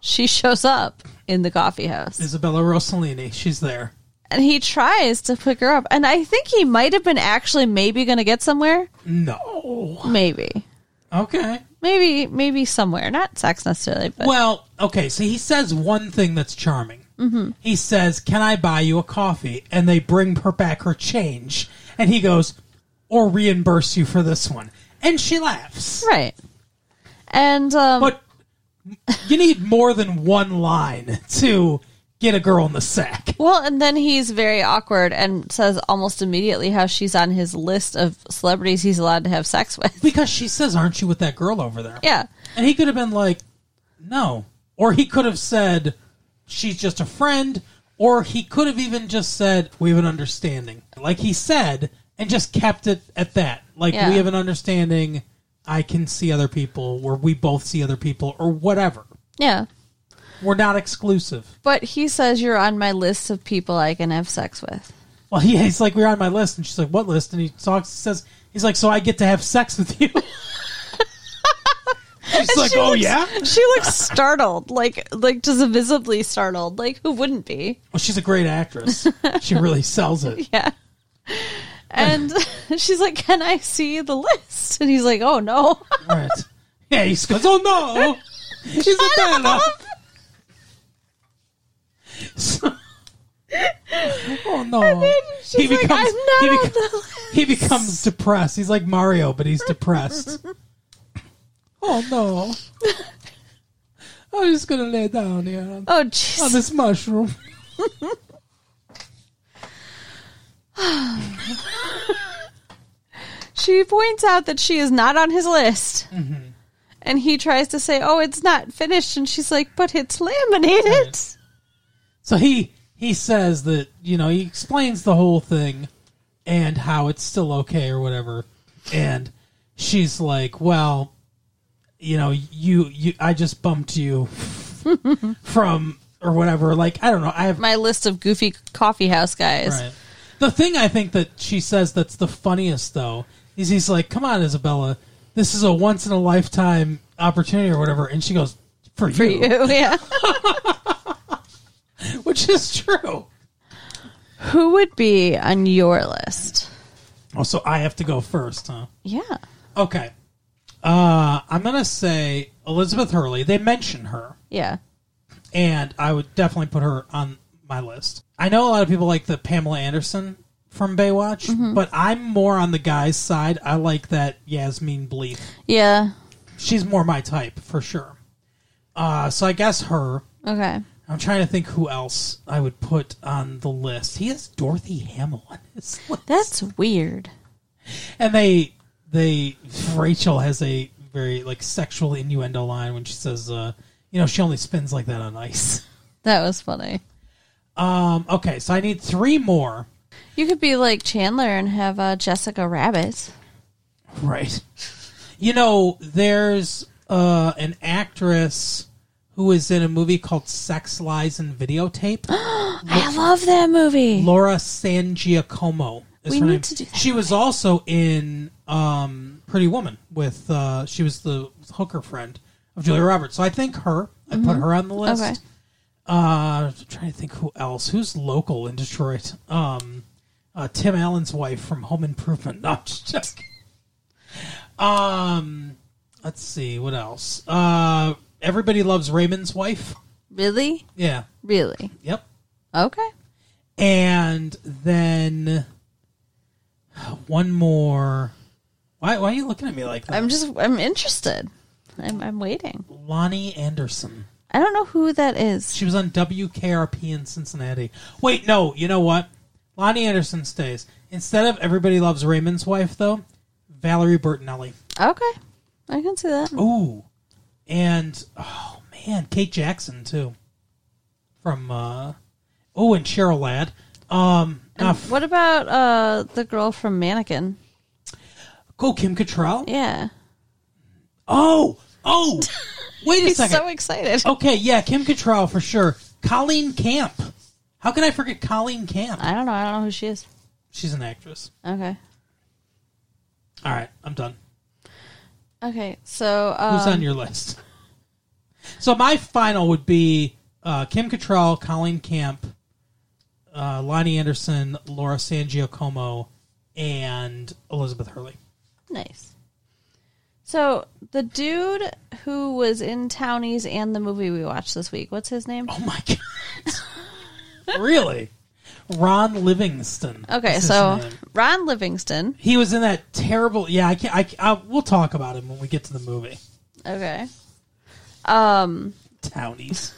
Speaker 2: she shows up in the coffee house.
Speaker 1: Isabella Rossellini, she's there.
Speaker 2: And he tries to pick her up. And I think he might have been actually maybe going to get somewhere.
Speaker 1: No.
Speaker 2: Maybe.
Speaker 1: Okay.
Speaker 2: Maybe, maybe somewhere. Not sex necessarily, but
Speaker 1: Well, okay, so he says one thing that's charming. Mm-hmm. He says, Can I buy you a coffee? And they bring her back her change. And he goes, Or reimburse you for this one. And she laughs.
Speaker 2: right. And um,
Speaker 1: But you need more than one line to get a girl in the sack.
Speaker 2: Well, and then he's very awkward and says almost immediately how she's on his list of celebrities he's allowed to have sex with.
Speaker 1: Because she says, Aren't you with that girl over there?
Speaker 2: Yeah.
Speaker 1: And he could have been like, no. Or he could have said, she's just a friend. Or he could have even just said, we have an understanding. Like he said, and just kept it at that. Like,
Speaker 2: Yeah.
Speaker 1: we have an understanding. I can see other people, or we both see other people, or whatever.
Speaker 2: Yeah.
Speaker 1: We're not exclusive.
Speaker 2: But he says you're on my list of people I can have sex with.
Speaker 1: Well, he, he's like, we're on my list. And she's like, what list? And he talks, says, he's like, so I get to have sex with you. she's like,
Speaker 2: She
Speaker 1: oh,
Speaker 2: looks-
Speaker 1: yeah?
Speaker 2: She looks startled, like like just visibly startled. Like who wouldn't be?
Speaker 1: Well, she's a great actress. She really sells it.
Speaker 2: Yeah. And she's like, "Can I see the list?" And he's like, "Oh no."
Speaker 1: Right. Yeah, he just goes, oh no! Isabella! So- oh no.
Speaker 2: she's like, "I'm
Speaker 1: he,
Speaker 2: not
Speaker 1: beco-
Speaker 2: on the list."
Speaker 1: he becomes depressed. He's like Mario, but he's depressed. oh no. I'm just gonna lay down here on,
Speaker 2: Oh
Speaker 1: on
Speaker 2: jeez.
Speaker 1: this mushroom.
Speaker 2: She points out that she is not on his list.
Speaker 1: Mm-hmm.
Speaker 2: And he tries to say, Oh, it's not finished. And she's like, But it's laminated.
Speaker 1: So he he says that you know he explains the whole thing and how it's still okay or whatever, and she's like, well, you know, you you I just bumped you from or whatever. Like I don't know, I have
Speaker 2: My list of goofy coffee house guys.
Speaker 1: Right. The thing I think that she says that's the funniest though is he's like, "Come on, Isabella, this is a once in a lifetime opportunity or whatever," and she goes, "For,
Speaker 2: For you. Yeah.
Speaker 1: which is true.
Speaker 2: Who would be on your list?
Speaker 1: Oh, so I have to go first, huh?
Speaker 2: Yeah.
Speaker 1: Okay. Uh, I'm going to say Elizabeth Hurley. They mention her,
Speaker 2: Yeah.
Speaker 1: and I would definitely put her on my list. I know a lot of people like the Pamela Anderson from Baywatch, but I'm more on the guy's side. I like that Yasmin Bleeth.
Speaker 2: Yeah.
Speaker 1: She's more my type, for sure. Uh, so I guess her.
Speaker 2: Okay.
Speaker 1: I'm trying to think who else I would put on the list. He has Dorothy Hamill on his list.
Speaker 2: That's weird.
Speaker 1: And they they Rachel has a very like sexual innuendo line when she says, uh, you know, she only spins like that on ice.
Speaker 2: That was funny.
Speaker 1: Um, okay, so I need three more.
Speaker 2: You could be like Chandler and have uh, Jessica Rabbit.
Speaker 1: Right. You know, there's uh, an actress who is in a movie called Sex Lies and Videotape.
Speaker 2: I love that movie.
Speaker 1: Laura San Giacomo is
Speaker 2: We
Speaker 1: her
Speaker 2: need
Speaker 1: name.
Speaker 2: to do that
Speaker 1: she was also in um, Pretty Woman with uh, she was the hooker friend of Julia Roberts. So I think her. I put her on the list.
Speaker 2: Mm-hmm. Okay.
Speaker 1: Uh, I'm trying to think who else. Who's local in Detroit? Um, uh, Tim Allen's wife from Home Improvement. No, I'm just joking. Um, let's see what else. Uh, everybody loves Raymond's wife.
Speaker 2: Really?
Speaker 1: Yeah.
Speaker 2: Really?
Speaker 1: Yep.
Speaker 2: Okay.
Speaker 1: And then one more. Why, why are you looking at me like that?
Speaker 2: I'm just, I'm interested. I'm, I'm waiting.
Speaker 1: Lonnie Anderson.
Speaker 2: I don't know who that is.
Speaker 1: She was on WKRP in Cincinnati. Wait, no, you know what? Lonnie Anderson stays. Instead of Everybody Loves Raymond's wife, though, Valerie Bertinelli.
Speaker 2: Okay. I can see that.
Speaker 1: Ooh. And, oh, man, Kate Jackson, too. From, uh, oh, and Cheryl Ladd. Um, uh,
Speaker 2: What about uh the girl from Mannequin?
Speaker 1: Cool, Kim Cattrall.
Speaker 2: Yeah.
Speaker 1: Oh, oh, wait a
Speaker 2: He's
Speaker 1: second. Oh.
Speaker 2: so excited.
Speaker 1: okay, yeah, Kim Cattrall for sure. Colleen Camp. How can I forget Colleen Camp?
Speaker 2: I don't know. I don't know who she is.
Speaker 1: She's an actress.
Speaker 2: Okay.
Speaker 1: All right, I'm done.
Speaker 2: Okay. So um,
Speaker 1: Who's on your list? So my final would be uh, Kim Cattrall, Colleen Camp, uh, Lonnie Anderson, Laura San Giacomo, and Elizabeth Hurley.
Speaker 2: nice. So the dude who was in Townies and the movie we watched this week. What's his name?
Speaker 1: Oh my god! really, Ron Livingston.
Speaker 2: Okay.
Speaker 1: is Oh, his
Speaker 2: So
Speaker 1: name.
Speaker 2: Ron Livingston.
Speaker 1: he was in that terrible. Yeah, I can't. I, I we'll talk about him when we get to the movie.
Speaker 2: Okay. Um,
Speaker 1: Townies.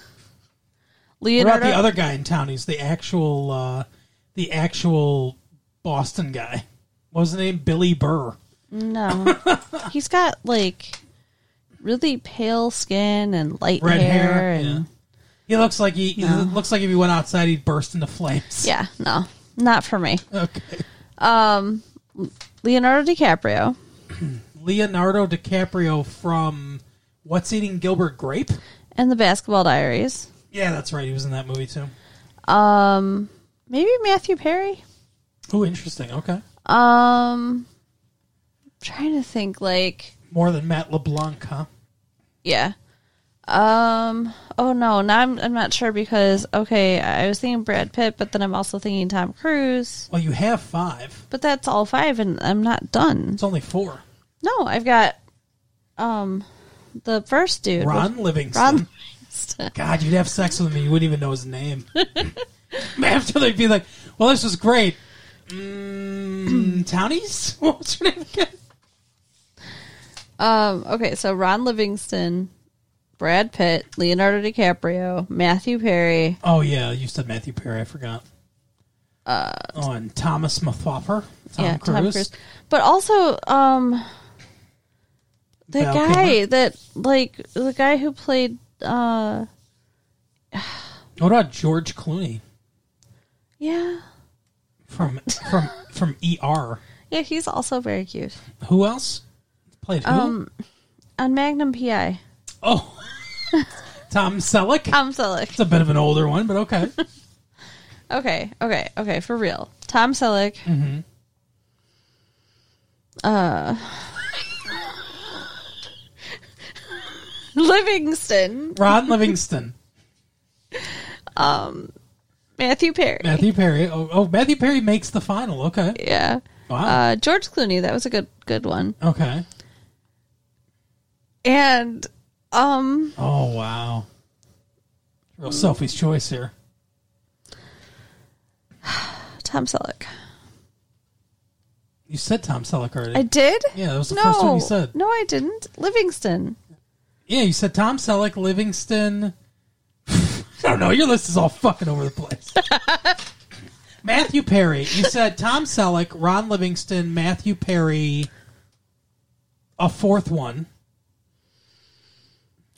Speaker 1: What
Speaker 2: Leonardo.
Speaker 1: about the other guy in Townies? The actual, uh, the actual Boston guy. What was his name? Billy Burr.
Speaker 2: No. He's got like really pale skin and light
Speaker 1: Red
Speaker 2: hair,
Speaker 1: hair. yeah.
Speaker 2: and
Speaker 1: He looks like he, he looks like if he went outside, he'd burst into flames.
Speaker 2: yeah. no. Not for me.
Speaker 1: Okay.
Speaker 2: Leonardo DiCaprio.
Speaker 1: Leonardo DiCaprio from What's Eating Gilbert Grape?
Speaker 2: And the Basketball Diaries.
Speaker 1: Yeah, that's right. He was in that movie too.
Speaker 2: Um, Maybe Matthew Perry.
Speaker 1: Oh, interesting. Okay.
Speaker 2: Um, trying to think. Like,
Speaker 1: More than Matt LeBlanc, huh?
Speaker 2: yeah. Um. Oh no. Now I'm. I'm not sure because okay. I was thinking Brad Pitt, but then I'm also thinking Tom Cruise.
Speaker 1: Well, you have five.
Speaker 2: But that's all five, and I'm not done.
Speaker 1: It's only four.
Speaker 2: No, I've got. Um, the first dude.
Speaker 1: Ron Livingston.
Speaker 2: Ron.
Speaker 1: God, you'd have sex with him and you wouldn't even know his name. After they'd be like, well, this was great. Mm, Townies? What's your name again?
Speaker 2: Um. Okay. So Ron Livingston, Brad Pitt, Leonardo DiCaprio, Matthew Perry.
Speaker 1: Oh, yeah, you said Matthew Perry. I forgot. Uh, oh, and Thomas Mathwopper. Tom,
Speaker 2: yeah,
Speaker 1: Cruise.
Speaker 2: Tom Cruise. But also, um, the
Speaker 1: Val
Speaker 2: guy
Speaker 1: Kilmer.
Speaker 2: that like the guy who played uh,
Speaker 1: What about George Clooney
Speaker 2: yeah,
Speaker 1: from from from ER?
Speaker 2: yeah, he's also very cute
Speaker 1: Who else played who?
Speaker 2: Um, on Magnum PI.
Speaker 1: oh, Tom Selleck.
Speaker 2: Tom Selleck.
Speaker 1: It's a bit of an older one, but okay.
Speaker 2: Okay, okay, okay, for real. Tom Selleck. Mm-hmm. Uh. Livingston,
Speaker 1: Ron Livingston,
Speaker 2: Matthew Perry.
Speaker 1: Matthew Perry. Oh, oh, Matthew Perry makes the final. Okay,
Speaker 2: Yeah.
Speaker 1: wow.
Speaker 2: Uh, George Clooney, that was a good good one.
Speaker 1: okay.
Speaker 2: And um
Speaker 1: Oh wow. Real Sophie's choice here.
Speaker 2: Tom Selleck.
Speaker 1: You said Tom Selleck already.
Speaker 2: I did.
Speaker 1: yeah, that was the
Speaker 2: no,
Speaker 1: first one you said.
Speaker 2: no, I didn't. Livingston.
Speaker 1: Yeah, you said Tom Selleck, Livingston. I don't know. Your list is all fucking over the place. Matthew Perry. You said Tom Selleck, Ron Livingston, Matthew Perry. A fourth one.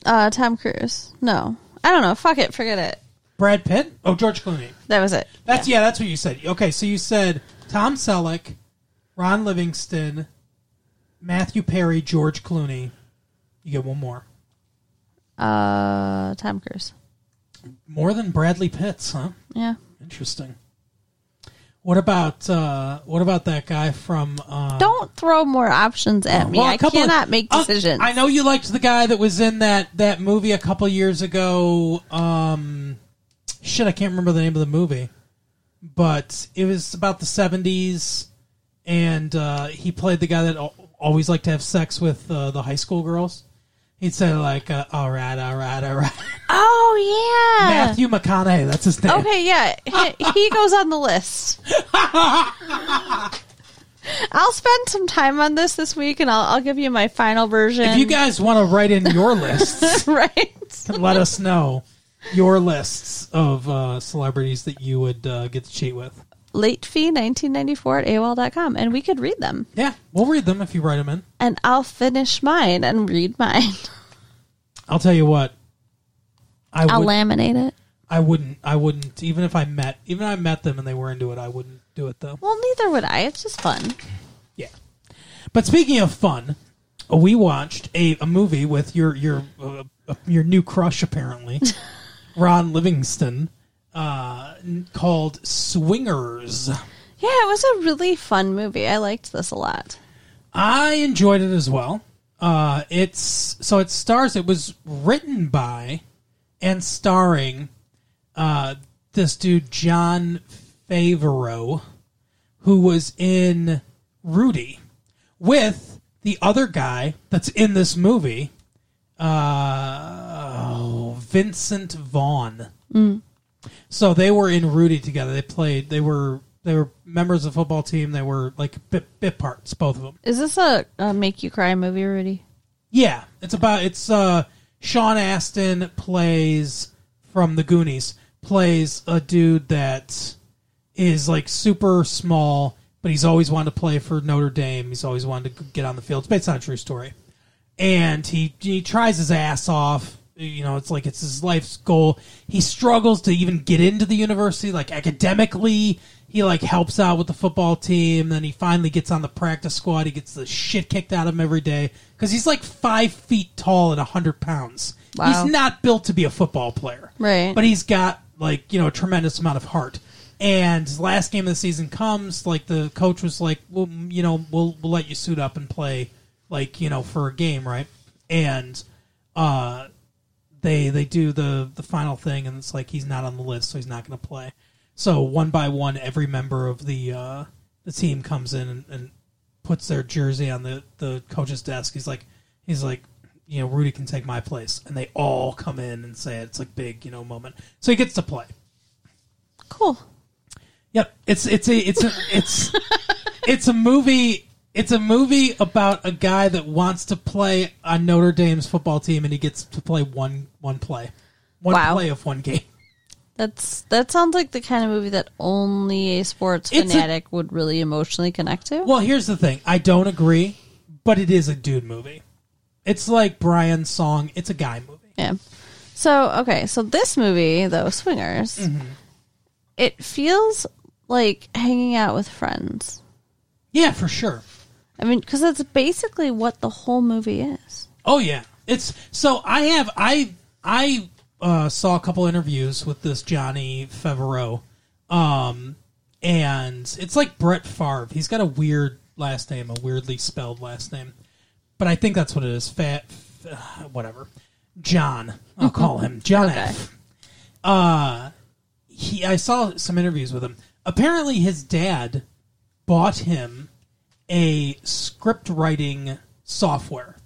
Speaker 2: Uh, Tom Cruise. No, I don't know. Fuck it. Forget it.
Speaker 1: Brad Pitt. Oh, George Clooney.
Speaker 2: That was it.
Speaker 1: That's yeah. That's what you said. Okay, so you said Tom Selleck, Ron Livingston, Matthew Perry, George Clooney. You get one more.
Speaker 2: Uh, Tom Cruise.
Speaker 1: More than Bradley Pitts, huh?
Speaker 2: Yeah.
Speaker 1: Interesting. What about uh, what about that guy from? Uh,
Speaker 2: Don't throw more options at me.
Speaker 1: well, a
Speaker 2: I
Speaker 1: couple of-
Speaker 2: cannot make
Speaker 1: Oh,
Speaker 2: decisions.
Speaker 1: I know you liked the guy that was in that that movie a couple years ago. Um, shit, I can't remember the name of the movie, but it was about the seventies, and uh, he played the guy that al- always liked to have sex with uh, the high school girls. He'd say like, uh, "All right, all right, all right."
Speaker 2: Oh yeah.
Speaker 1: Matthew McConaughey, that's his name.
Speaker 2: Okay. Yeah. He, he goes on the list. I'll spend some time on this this week, and I'll, I'll give you my final version.
Speaker 1: If you guys want to write in your lists,
Speaker 2: right.
Speaker 1: let us know your lists of uh, celebrities that you would uh, get to cheat with.
Speaker 2: Late fee 1994 at AOL.com, and we could read them.
Speaker 1: Yeah, we'll read them if you write them in.
Speaker 2: and I'll finish mine and read mine.
Speaker 1: I'll tell you what. I
Speaker 2: I'll
Speaker 1: would,
Speaker 2: laminate it.
Speaker 1: I wouldn't. I wouldn't. Even if I met, even if I met them and they were into it, I wouldn't do it though.
Speaker 2: Well, neither would I. It's just fun.
Speaker 1: Yeah. But speaking of fun, uh, we watched a, a movie with your your uh, uh, your new crush apparently, Ron Livingston, uh, n- called Swingers.
Speaker 2: Yeah, it was a really fun movie. I liked this a lot.
Speaker 1: I enjoyed it as well. Uh, it's so it stars. It was written by and starring uh, this dude John Favreau, who was in Rudy with the other guy that's in this movie, uh, oh, Vincent Vaughn. So they were in Rudy together. They played. They were they were members of the football team. They were like bit, bit parts, both of them.
Speaker 2: Is this a, a make you cry movie, Rudy?
Speaker 1: Yeah, it's about it's uh Sean Astin plays from the Goonies plays a dude that is like super small, but he's always wanted to play for Notre Dame. He's always wanted to get on the field. It's based on a true story, and he he tries his ass off. You know, it's like it's his life's goal. He struggles to even get into the university, like academically. He like helps out with the football team. Then he finally gets on the practice squad. He gets the shit kicked out of him every day because he's like five feet tall and hundred pounds.
Speaker 2: Wow.
Speaker 1: He's not built to be a football player,
Speaker 2: Right.
Speaker 1: but he's got like you know a tremendous amount of heart. And his last game of the season comes, like the coach was like, "Well, you know, we'll we'll let you suit up and play, like you know, for a game, right?" And uh, they they do the the final thing, and it's like he's not on the list, so he's not going to play. So one by one, every member of the uh, the team comes in and, and puts their jersey on the the coach's desk. He's like, he's like, you know, Rudy can take my place, and they all come in and say it. It's like big, you know, moment. So he gets to play.
Speaker 2: Cool.
Speaker 1: Yep, it's it's a it's a it's it's a movie. It's a movie about a guy that wants to play on Notre Dame's football team, and he gets to play one one play, one
Speaker 2: Wow.
Speaker 1: play of one game.
Speaker 2: That's that sounds like the kind of movie that only a sports
Speaker 1: It's a-
Speaker 2: fanatic would really emotionally connect to.
Speaker 1: Well, here's the thing. I don't agree, but it is a dude movie. It's like Brian's song. It's a guy movie.
Speaker 2: Yeah. So okay, so this movie though, Swingers,
Speaker 1: Mm-hmm.
Speaker 2: it feels like hanging out with friends.
Speaker 1: Yeah, for sure.
Speaker 2: I mean, because that's basically what the whole movie is.
Speaker 1: Oh yeah, it's so I have I I uh, saw a couple interviews with this Johnny Favreau, um, and it's like Brett Favre. He's got a weird last name, a weirdly spelled last name, but I think that's what it is. Fat, f- whatever. John, I'll call him John F. Uh, he I saw some interviews with him. Apparently, his dad bought him a script writing software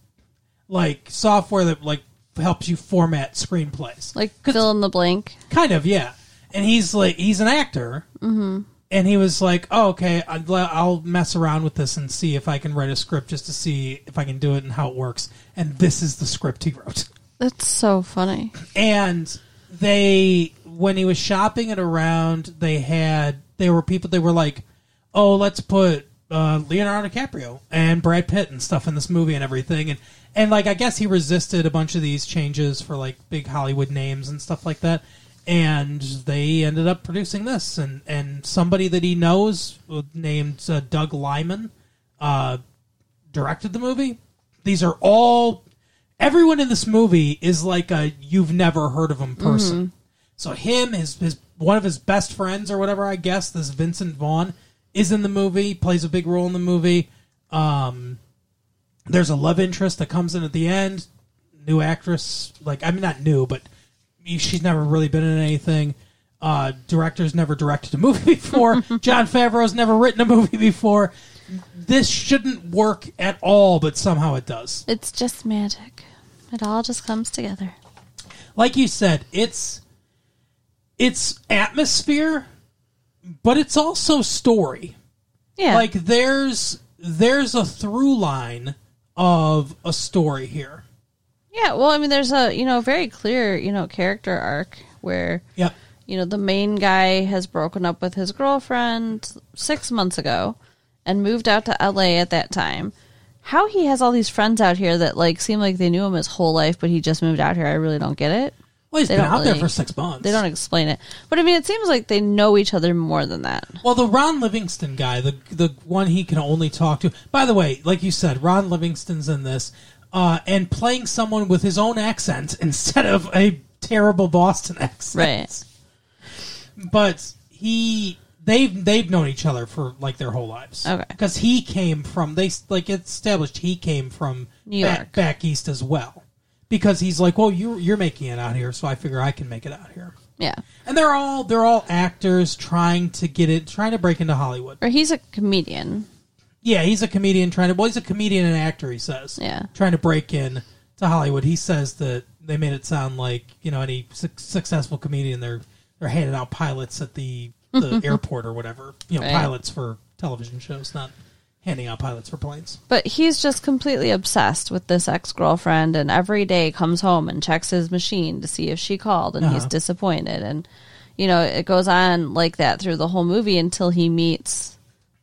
Speaker 1: like software that like helps you format screenplays.
Speaker 2: Like fill in the blank.
Speaker 1: Kind of, yeah. And he's like, he's an actor, mm-hmm. and he was like, oh, okay, I'd le- I'll mess around with this and see if I can write a script just to see if I can do it and how it works. And this is the script he wrote.
Speaker 2: That's so funny.
Speaker 1: And they, when he was shopping it around, they had there were people they were like, oh, let's put uh, Leonardo DiCaprio and Brad Pitt and stuff in this movie and everything, and and like I guess he resisted a bunch of these changes for like big Hollywood names and stuff like that. And they ended up producing this, and, and somebody that he knows uh, named uh, Doug Lyman uh, directed the movie. These are all everyone in this movie is like a you've never heard of him person. So him, his his one of his best friends or whatever, I guess, this Vincent Vaughn is in the movie, plays a big role in the movie. Um, there's a love interest that comes in at the end, new actress, like I mean not new, but she's never really been in anything. Uh, director's never directed a movie before. John Favreau's never written a movie before. This shouldn't work at all, but somehow it does.
Speaker 2: It's just magic. It all just comes together.
Speaker 1: like you said, it's it's atmosphere, but it's also story.
Speaker 2: Yeah.
Speaker 1: Like there's there's a through line of a story here.
Speaker 2: yeah, well, I mean there's a, you know, very clear, you know, character arc where
Speaker 1: Yep.
Speaker 2: you know, the main guy has broken up with his girlfriend six months ago and moved out to LA at that time. How he has all these friends out here that like seem like they knew him his whole life, but he just moved out here, I really don't get it.
Speaker 1: Well, he's
Speaker 2: They
Speaker 1: been
Speaker 2: don't
Speaker 1: out there
Speaker 2: really-
Speaker 1: for six months.
Speaker 2: They don't explain it. But I mean, it seems like they know each other more than that.
Speaker 1: Well, the Ron Livingston guy, the the one he can only talk to. By the way, like you said, Ron Livingston's in this, uh, and playing someone with his own accent instead of a terrible Boston accent. Right. But he, they've they've known each other for like their whole lives.
Speaker 2: Okay.
Speaker 1: Because he came from they like it's established he came from
Speaker 2: New
Speaker 1: back,
Speaker 2: York.
Speaker 1: back east as well. Because he's like, well, you you're making it out here, so I figure I can make it out here.
Speaker 2: Yeah.
Speaker 1: And they're all they're all actors trying to get it, trying to break into Hollywood.
Speaker 2: Or he's a comedian.
Speaker 1: Yeah, he's a comedian trying to. Well, he's a comedian and actor. He says.
Speaker 2: Yeah.
Speaker 1: Trying to break in to Hollywood. He says that they made it sound like you know any su- successful comedian they're they're handing out pilots at the the airport or whatever. You know,
Speaker 2: Right.
Speaker 1: pilots for television shows, not handing out pilots for planes.
Speaker 2: But he's just completely obsessed with this ex girlfriend and every day comes home and checks his machine to see if she called and he's
Speaker 1: Uh-huh.
Speaker 2: disappointed. And, you know, it goes on like that through the whole movie until he meets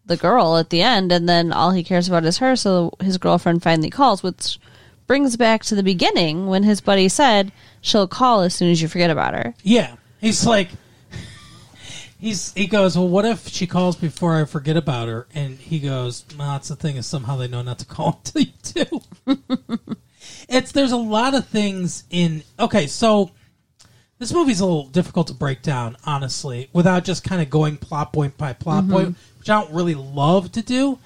Speaker 2: the girl at the end and then all he cares about is her. So his girlfriend finally calls, which brings back to the beginning when his buddy said she'll call as soon as you forget about her.
Speaker 1: Yeah, he's like, he's he goes. Well, what if she calls before I forget about her? And he goes, well, that's the thing is somehow they know not to call until you do. it's there's a lot of things in. Okay, so this movie's a little difficult to break down, honestly, without just kind of going plot point by plot point, which I don't really love to do,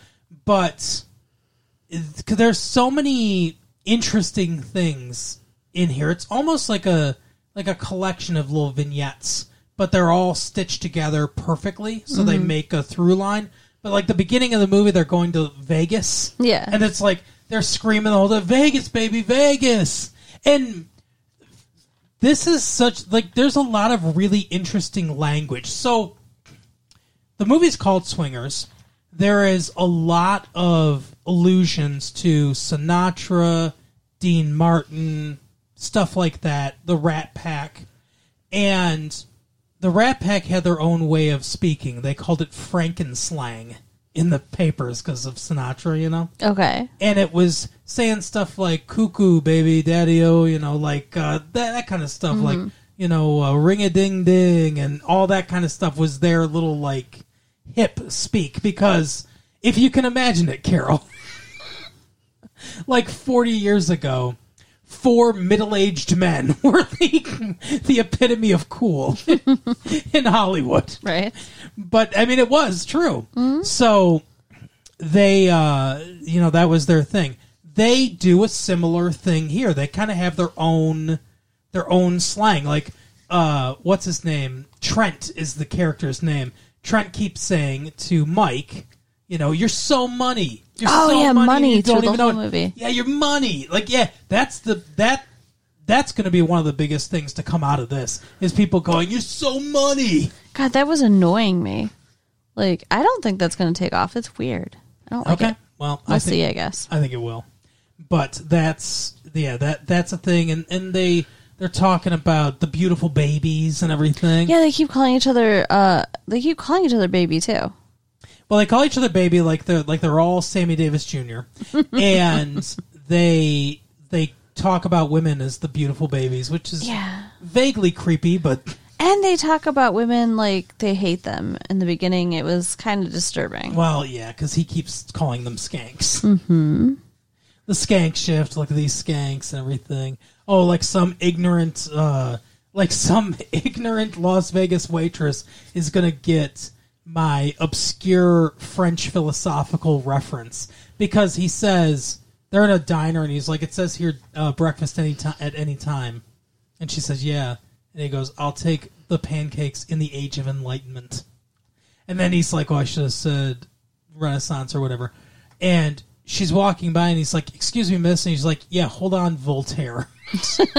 Speaker 1: but because there's so many interesting things in here. It's almost like a like a collection of little vignettes, but they're all stitched together perfectly, so they make a through line. But like the beginning of the movie, they're going to Vegas,
Speaker 2: Yeah.
Speaker 1: and it's like they're screaming the whole time, "Vegas, baby, Vegas!" And this is such like there's a lot of really interesting language. So the movie's called Swingers. There is a lot of allusions to Sinatra, Dean Martin, stuff like that, the Rat Pack. And the Rat Pack had their own way of speaking. They called it Frankenslang in the papers because of Sinatra, you know?
Speaker 2: Okay.
Speaker 1: and it was saying stuff like "cuckoo, baby, daddy-o," you know, like uh, that that kind of stuff, like you know, uh, "ring a ding ding" and all that kind of stuff was their little like hip speak because if you can imagine it, Carol, like forty years ago. Four middle-aged men were the, the epitome of cool in Hollywood
Speaker 2: Right.
Speaker 1: but I mean, it was true.
Speaker 2: Mm-hmm.
Speaker 1: So they, uh, you know, that was their thing. They do a similar thing here. They kind of have their own, their own slang. Like, uh, what's his name? Trent is the character's name. Trent keeps saying to Mike, "You know, you're so money. You're
Speaker 2: Oh,
Speaker 1: so
Speaker 2: yeah, money
Speaker 1: you don't
Speaker 2: through the
Speaker 1: even know
Speaker 2: whole
Speaker 1: it."
Speaker 2: movie.
Speaker 1: Yeah, your money. Like, yeah, that's the that." That's going to be one of the biggest things to come out of this is people going, "You're so money."
Speaker 2: God, that was annoying me. Like, I don't think that's going to take off. It's weird. I don't like
Speaker 1: Okay.
Speaker 2: it.
Speaker 1: Well,
Speaker 2: We'll
Speaker 1: I think,
Speaker 2: see, I guess.
Speaker 1: I think it will. But that's yeah, that that's a thing and and they they're talking about the beautiful babies and everything.
Speaker 2: Yeah, they keep calling each other. Uh, they keep calling each other baby too.
Speaker 1: Well, they call each other baby like they're like they're all Sammy Davis Jr. and they they talk about women as the beautiful babies, which is
Speaker 2: Yeah.
Speaker 1: vaguely creepy, but
Speaker 2: And they talk about women like they hate them. In the beginning, it was kind of disturbing.
Speaker 1: well, yeah, because he keeps calling them skanks. Mm-hmm. The skank shift, look at these skanks and everything. Oh, like some ignorant, uh, like some ignorant Las Vegas waitress is gonna get my obscure French philosophical reference because he says they're in a diner and he's like, it says here uh, breakfast any time at any time, and she says yeah, and he goes, I'll take the pancakes in the age of enlightenment. And then he's like, "Oh, I should have said Renaissance or whatever." And she's walking by, and he's like, "Excuse me, miss." And he's like, "Yeah, hold on, Voltaire,"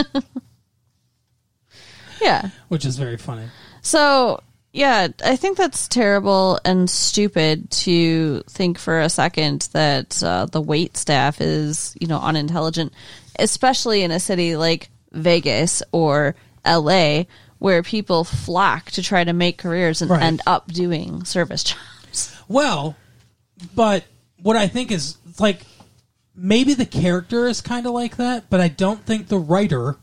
Speaker 2: Yeah.
Speaker 1: which is very funny.
Speaker 2: So yeah, I think that's terrible and stupid to think for a second that uh, the wait staff is you know unintelligent, especially in a city like Vegas or L.A. where people flock to try to make careers and
Speaker 1: Right.
Speaker 2: end up doing service jobs.
Speaker 1: Well, but what I think is like maybe the character is kind of like that, but I don't think the writer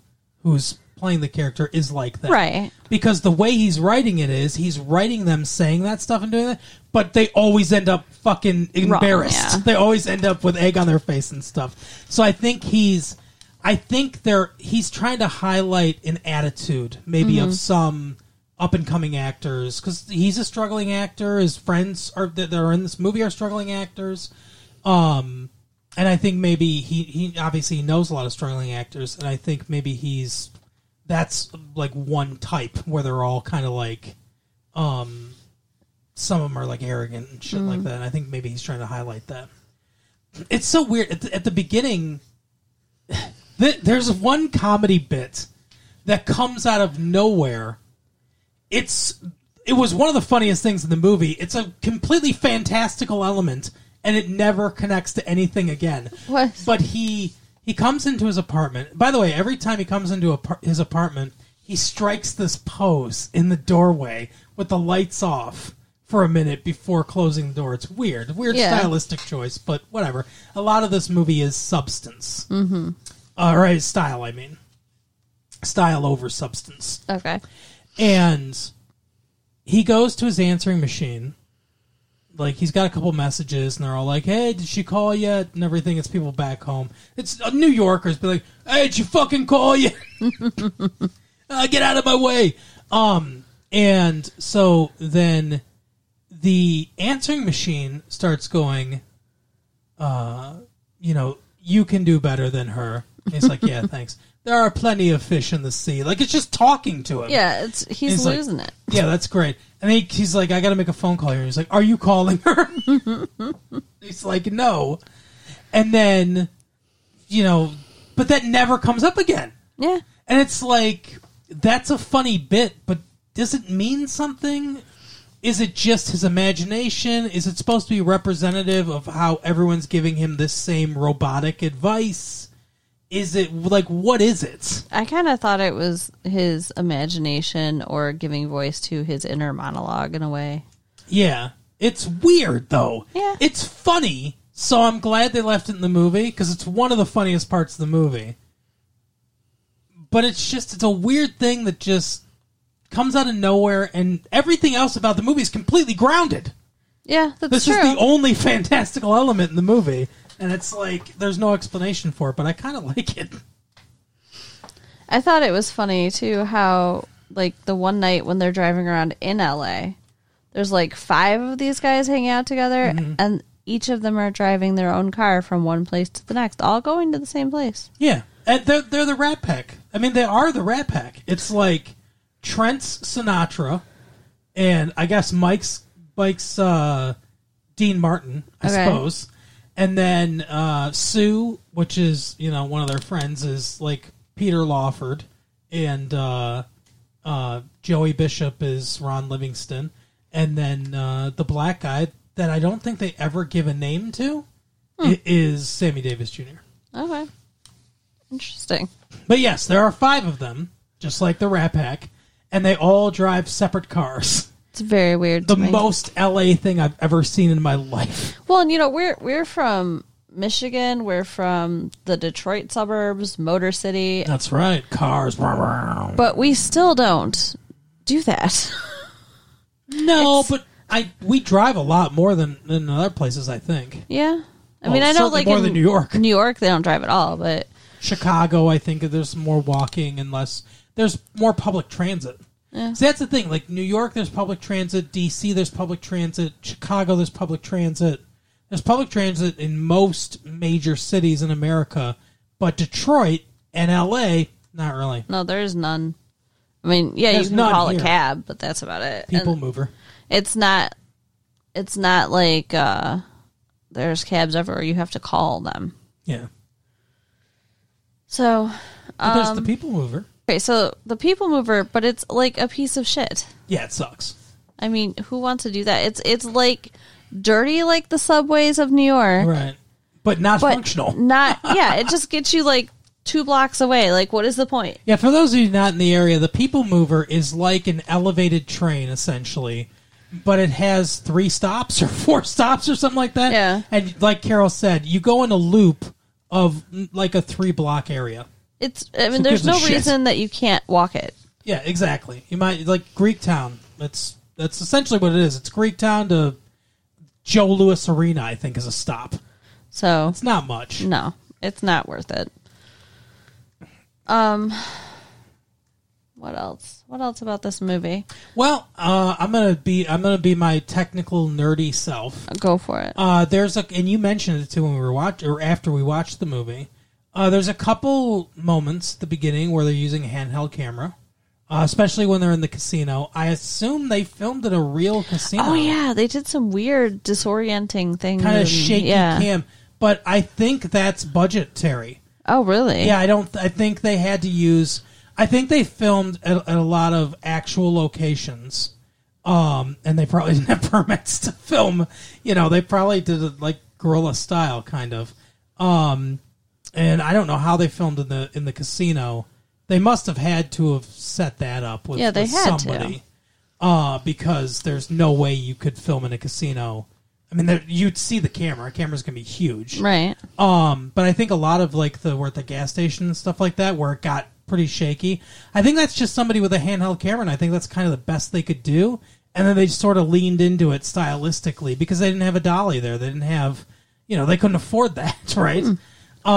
Speaker 1: who's playing the character is like that.
Speaker 2: Right.
Speaker 1: Because the way he's writing it is he's writing them saying that stuff and doing that, but they always end up fucking embarrassed.
Speaker 2: yeah.
Speaker 1: They always end up with egg on their face and stuff. So I think he's I think they're he's trying to highlight an attitude maybe of some up and coming actors cuz he's a struggling actor, his friends are that that are in this movie are struggling actors. Um, and I think maybe he, he obviously knows a lot of struggling actors, and I think maybe he's that's like one type where they're all kind of like, um, some of them are like arrogant and shit like that. And I think maybe he's trying to highlight that. It's so weird at the, at the beginning. th- There's one comedy bit that comes out of nowhere. It's it was one of the funniest things in the movie. It's a completely fantastical element, and it never connects to anything again.
Speaker 2: What?
Speaker 1: But he he comes into his apartment. By the way, every time he comes into apar- his apartment, he strikes this pose in the doorway with the lights off for a minute before closing the door. It's weird, weird
Speaker 2: Yeah.
Speaker 1: stylistic choice, but whatever. A lot of this movie is substance, mm-hmm. uh, or is style. I mean, style over substance
Speaker 2: Okay.
Speaker 1: and he goes to his answering machine. Like he's got a couple messages, and they're all like, "Hey, did she call yet?" and everything. It's people back home. It's uh, New Yorkers be like, "Hey, did she fucking call you?" uh, get out of my way. Um, and so then the answering machine starts going, uh, you know, you can do better than her. And he's like, yeah, thanks. There are plenty of fish in the sea. Like it's just talking to him.
Speaker 2: Yeah, it's he's,
Speaker 1: He's like-
Speaker 2: losing it.
Speaker 1: Yeah, that's great. And he, he's like, I got to make a phone call here. He's like, Are you calling her? he's like, No. And then, you know, but that never comes up again.
Speaker 2: Yeah.
Speaker 1: And it's like, that's a funny bit, but does it mean something? Is it just his imagination? Is it supposed to be representative of how everyone's giving him this same robotic advice? Is it like, what is it?
Speaker 2: I kind of thought it was his imagination or giving voice to his inner monologue in a way.
Speaker 1: Yeah. It's weird though.
Speaker 2: Yeah.
Speaker 1: It's funny, so I'm glad they left it in the movie because it's one of the funniest parts of the movie. But it's just it's a weird thing that just comes out of nowhere and everything else about the movie is completely grounded.
Speaker 2: Yeah, that's
Speaker 1: This
Speaker 2: true.
Speaker 1: is the only fantastical element in the movie and it's like there's no explanation for it, but I kind of like it.
Speaker 2: I thought it was funny too how like the one night when they're driving around in LA, there's like five of these guys hanging out together
Speaker 1: Mm-hmm.
Speaker 2: and each of them are driving their own car from one place to the next, all going to the same place.
Speaker 1: Yeah, and they're they're the Rat Pack. I mean, they are the Rat Pack. It's like Trent's Sinatra, and I guess Mike's Mike's uh, Dean Martin, I
Speaker 2: Okay.
Speaker 1: suppose, and then uh, Sue, which is you know one of their friends, is like Peter Lawford, and uh, uh, Joey Bishop is Ron Livingston, and then uh, the black guy that I don't think they ever give a name to i- is Sammy Davis Jr.
Speaker 2: Okay. Interesting.
Speaker 1: But yes, there are five of them, just like the Rat Pack, and they all drive separate cars.
Speaker 2: It's very weird.
Speaker 1: The
Speaker 2: to me.
Speaker 1: most LA thing I've ever seen in my life.
Speaker 2: Well, and you know, we're we're from Michigan, we're from the Detroit suburbs, Motor City,
Speaker 1: That's right, cars. No,
Speaker 2: but we still don't do that.
Speaker 1: but I we drive a lot more than than other places. I think
Speaker 2: yeah. I
Speaker 1: Well,
Speaker 2: mean, I know
Speaker 1: certainly
Speaker 2: like
Speaker 1: more
Speaker 2: in
Speaker 1: than New York.
Speaker 2: New York they don't drive at all, but
Speaker 1: Chicago. I think there's more walking and less. There's more public transit. See, that's the thing. Like New York, there's public transit. D.C. there's public transit. Chicago, there's public transit. There's public transit in most major cities in America, but Detroit and L.A. not really.
Speaker 2: no, there's none. I mean, yeah,
Speaker 1: There's
Speaker 2: you can
Speaker 1: none
Speaker 2: call
Speaker 1: here.
Speaker 2: a cab, but that's about it. And
Speaker 1: People mover.
Speaker 2: it's not it's not like uh there's cabs everywhere. You have to call them.
Speaker 1: Yeah,
Speaker 2: So,
Speaker 1: but there's the people mover.
Speaker 2: okay, so the people mover, but it's like a piece of shit.
Speaker 1: Yeah, it sucks.
Speaker 2: I mean, who wants to do that? It's it's like dirty like the subways of New York,
Speaker 1: Right, but not
Speaker 2: but
Speaker 1: functional.
Speaker 2: not yeah. It just gets you like two blocks away. Like, what is the point?
Speaker 1: Yeah, for those of you not in the area, the people mover is like an elevated train essentially, but it has three stops or four stops or something like that.
Speaker 2: Yeah.
Speaker 1: And like Carol said, you go in a loop of mm, like a three block area.
Speaker 2: it's. I mean,
Speaker 1: Who
Speaker 2: there's
Speaker 1: gives a
Speaker 2: no
Speaker 1: shit?
Speaker 2: reason that you can't walk it.
Speaker 1: Yeah, exactly. You might like Greek Town. That's that's essentially what it is. It's Greek Town to Joe Louis Arena. I think is a stop.
Speaker 2: So
Speaker 1: It's not much.
Speaker 2: no, it's not worth it. Um, what else? What else about this movie?
Speaker 1: Well, uh, I'm gonna be I'm gonna be my technical nerdy self.
Speaker 2: Go for it.
Speaker 1: Uh, there's a and you mentioned it too when we were watch or after we watched the movie. Uh, there's a couple moments at the beginning where they're using a handheld camera, uh, especially when they're in the casino. I assume they filmed at a real casino.
Speaker 2: Oh yeah, they did some weird disorienting thing.
Speaker 1: kind
Speaker 2: and-
Speaker 1: of shaky
Speaker 2: yeah.
Speaker 1: cam. But I think that's budgetary.
Speaker 2: Oh really?
Speaker 1: Yeah, I don't. I think they had to use. I think they filmed at, at a lot of actual locations, um, and they probably didn't have permits to film. You know, they probably did it like guerrilla style, kind of. Um, and I don't know how they filmed in the in the casino. They must have had to have set that up with,
Speaker 2: Yeah, they
Speaker 1: with
Speaker 2: had to.
Speaker 1: somebody, uh, because there's no way you could film in a casino. I mean, there, you'd see the camera. Camera's gonna be huge,
Speaker 2: Right.
Speaker 1: um, but I think a lot of like the we're at the gas station and stuff like that where it got pretty shaky. I think that's just somebody with a handheld camera, and I think that's kind of the best they could do. And then they just sort of leaned into it stylistically because they didn't have a dolly there. They didn't have, you know, they couldn't afford that, right?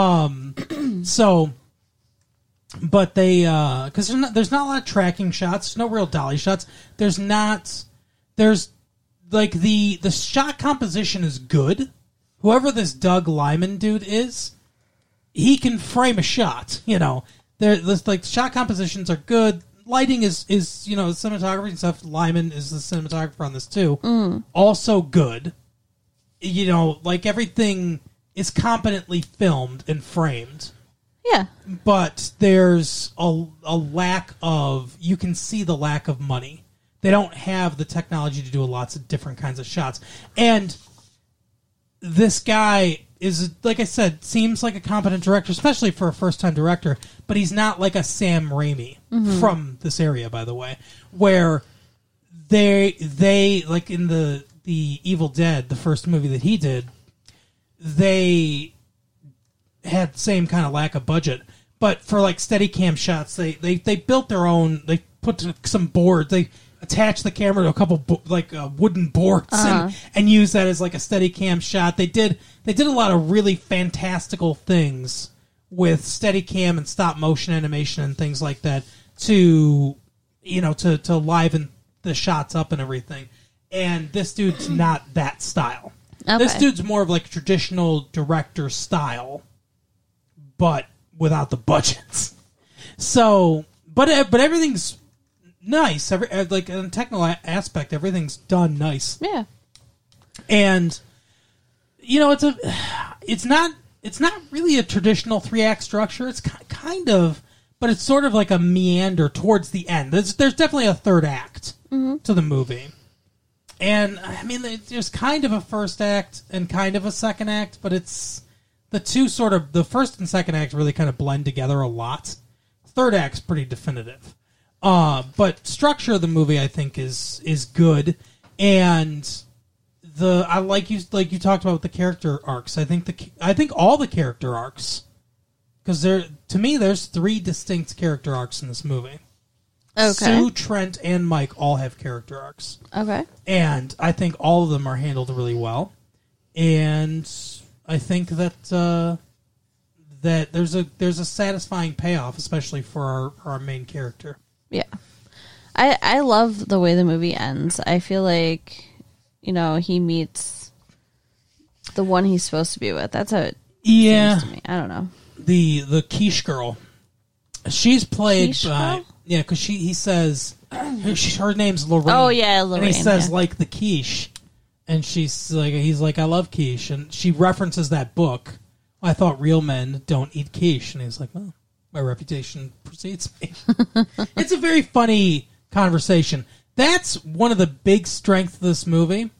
Speaker 1: Um, so, but they because there's not there's not a lot of tracking shots. There's no real dolly shots. There's not there's like the the shot composition is good. Whoever this Doug Lyman dude is, he can frame a shot. You know, there this like shot compositions are good. Lighting is is you know cinematography and stuff. Lyman is the cinematographer on this too. Also good. You know, like everything is competently filmed and framed
Speaker 2: Yeah.
Speaker 1: but there's a, a lack of you can see the lack of money they don't have the technology to do lots of different kinds of shots and this guy is like i said seems like a competent director especially for a first time director but he's not like a sam raimi from this area by the way where they they like in the the evil dead the first movie that he did they had the same kind of lack of budget. But for like steady cam shots, they, they, they built their own. They put some boards. They attached the camera to a couple bo- like uh, wooden boards and, and used that as like a steady cam shot. They did they did a lot of really fantastical things with steady cam and stop motion animation and things like that to you know to to liven the shots up and everything. And this dude's not that style. This
Speaker 2: Okay.
Speaker 1: dude's more of like traditional director style but without the budgets. So, but but everything's nice. Every uh, like in a technical a- aspect, everything's done nice,
Speaker 2: Yeah.
Speaker 1: and you know it's a it's not it's not really a traditional three act structure. It's ki- kind of, but it's sort of like a meander towards the end. There's there's definitely a third act to the movie. And I mean, it- there's kind of a first act and kind of a second act, but it's the two sort of the first and second act really kind of blend together a lot. Third act's pretty definitive, uh, but structure of the movie I think is is good, and the I like you like you talked about with the character arcs. I think the ca- I think all the character arcs because there to me there's three distinct character arcs in this movie.
Speaker 2: Okay.
Speaker 1: Sue, Trent, and Mike all have character arcs
Speaker 2: okay.
Speaker 1: and I think all of them are handled really well. And I think that uh, that there's a there's a satisfying payoff, especially for our, our main character.
Speaker 2: Yeah. I I love the way the movie ends. I feel like you know, he meets the one he's supposed to be with. That's how it
Speaker 1: Yeah,
Speaker 2: seems to me. I don't know.
Speaker 1: the the quiche girl, she's played
Speaker 2: Quiche
Speaker 1: by
Speaker 2: girl?
Speaker 1: yeah, because she he says her, she- her name's Lorraine.
Speaker 2: Oh, yeah,
Speaker 1: and
Speaker 2: Lorraine,
Speaker 1: he says
Speaker 2: yeah.
Speaker 1: like the quiche, and she's like he's like I love quiche, and she references that book. I thought real men don't eat quiche, and he's like, well, my reputation precedes me. it's a very funny conversation. That's one of the big strengths of this movie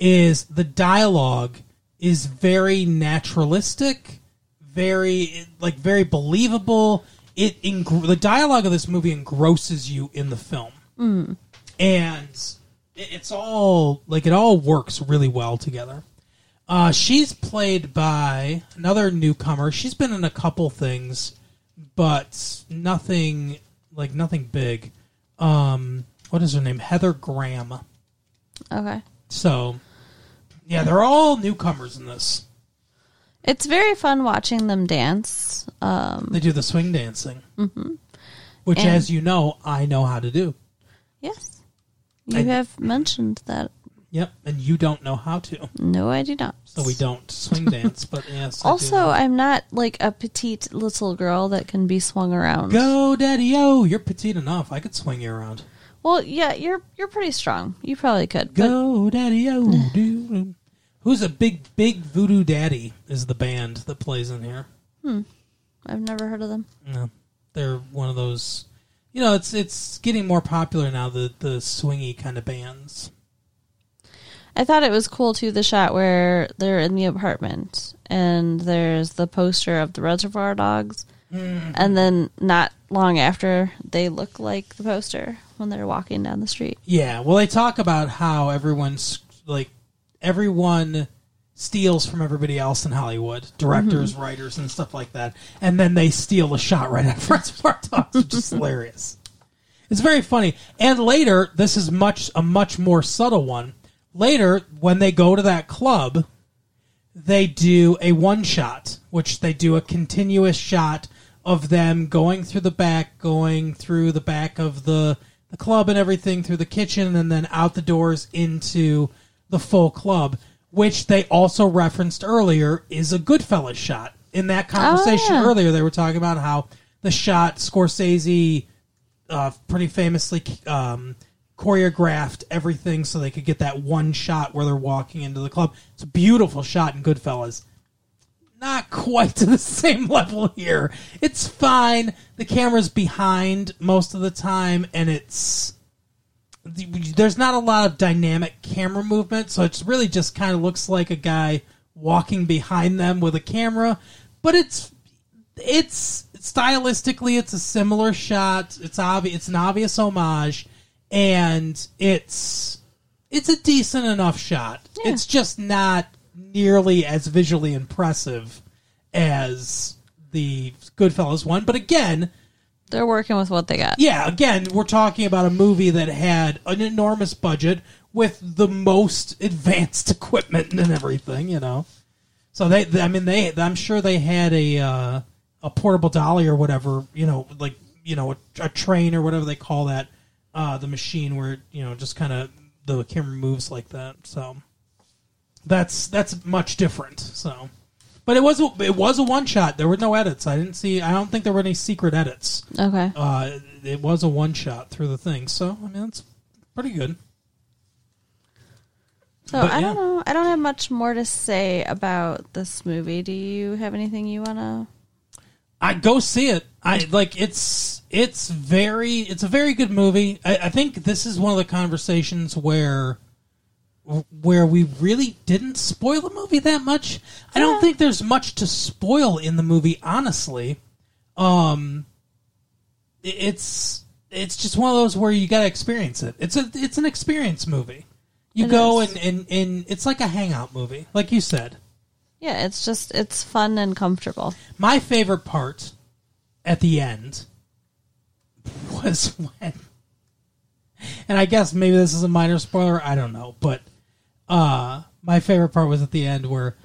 Speaker 1: is the dialogue is very naturalistic, very like very believable. It engr- the dialogue of this movie engrosses you in the film, and it- it's all like it all works really well together. Uh, she's played by another newcomer. She's been in a couple things. but nothing like nothing big. Um, what is her name? Heather Graham.
Speaker 2: Okay.
Speaker 1: So, yeah, they're all newcomers in this.
Speaker 2: It's very fun watching them dance. Um,
Speaker 1: They do the swing dancing, mm-hmm. which,
Speaker 2: And-
Speaker 1: as you know, I know how to do.
Speaker 2: yes. You
Speaker 1: I-
Speaker 2: have mentioned that.
Speaker 1: Yep, and you don't know how to,
Speaker 2: No, I do not.
Speaker 1: so we don't swing dance. But yes, I do
Speaker 2: Also,
Speaker 1: know.
Speaker 2: I'm not like a petite little girl that can be swung around.
Speaker 1: go, Daddy O. You're petite enough. I could swing you around.
Speaker 2: Well, yeah, you're you're pretty strong. You probably could. But
Speaker 1: Go, Daddy O. Who's a big, big voodoo daddy? Is the band that plays in here?
Speaker 2: I've never heard of them.
Speaker 1: No, they're one of those. You know, it's it's getting more popular now. The the swingy kind of bands.
Speaker 2: I thought it was cool too the shot where they're in the apartment and there's the poster of the Reservoir Dogs,
Speaker 1: Mm.
Speaker 2: and then not long after they look like the poster when they're walking down the street.
Speaker 1: Yeah, well, they talk about how everyone's like everyone steals from everybody else in Hollywood, directors, writers, and stuff like that, and then they steal a shot right after Reservoir Dogs, which is hilarious. It's very funny. And later, this is much a much more subtle one. Later, when they go to that club, they do a one shot, which they do a continuous shot of them going through the back, going through the back of the, the club and everything, through the kitchen, and then out the doors into the full club, which they also referenced earlier is a Goodfellas shot. In that conversation
Speaker 2: yeah.
Speaker 1: earlier, they were talking about how the shot Scorsese uh, pretty famously um, choreographed everything so they could get that one shot where they're walking into the club. It's a beautiful shot in Goodfellas. Not quite to the same level here. It's fine. The camera's behind most of the time, and it's there's not a lot of dynamic camera movement, so it's really just kind of looks like a guy walking behind them with a camera. But it's it's stylistically it's a similar shot. It's obvious. It's an obvious homage, and it's it's a decent enough shot.
Speaker 2: Yeah.
Speaker 1: It's just not nearly as visually impressive as the Goodfellas one. But again,
Speaker 2: They're working with what they got.
Speaker 1: yeah, again, we're talking about a movie that had an enormous budget with the most advanced equipment and everything, you know. So they, I mean, they, I'm sure they had a uh, a portable dolly or whatever, you know, like you know a, a train or whatever they call that, uh, the machine where you know just kind of the camera moves like that. So that's that's much different. So, but it was a, it was a one shot. There were no edits. I didn't see. I don't think there were any secret edits
Speaker 2: Okay.
Speaker 1: uh, it was a one shot through the thing, so I mean that's pretty good.
Speaker 2: So
Speaker 1: But,
Speaker 2: I don't
Speaker 1: yeah.
Speaker 2: know. I don't have much more to say about this movie. Do you have anything you want to?
Speaker 1: I go see it. I like it's it's very it's a very good movie. I, I think this is one of the conversations where where we really didn't spoil the movie that much. I don't think there's much to spoil in the movie, honestly. Um, i- it's it's just one of those where you got to experience it. It's a it's an experience movie. You
Speaker 2: It
Speaker 1: go
Speaker 2: is.
Speaker 1: and, and and it's like a hangout movie, like you said.
Speaker 2: Yeah, it's just it's fun and comfortable.
Speaker 1: My favorite part at the end was when, and I guess maybe this is a minor spoiler. I don't know, but uh, my favorite part was at the end where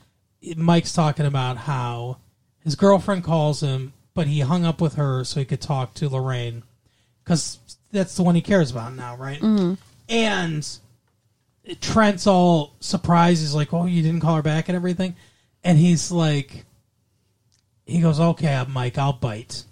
Speaker 1: Mike's talking about how his girlfriend calls him, but he hung up with her so he could talk to Lorraine because that's the one he cares about now, right? And Trent's all surprised. He's like, "Oh, you didn't call her back and everything," and he's like he goes, "Okay, Mike, I'll bite."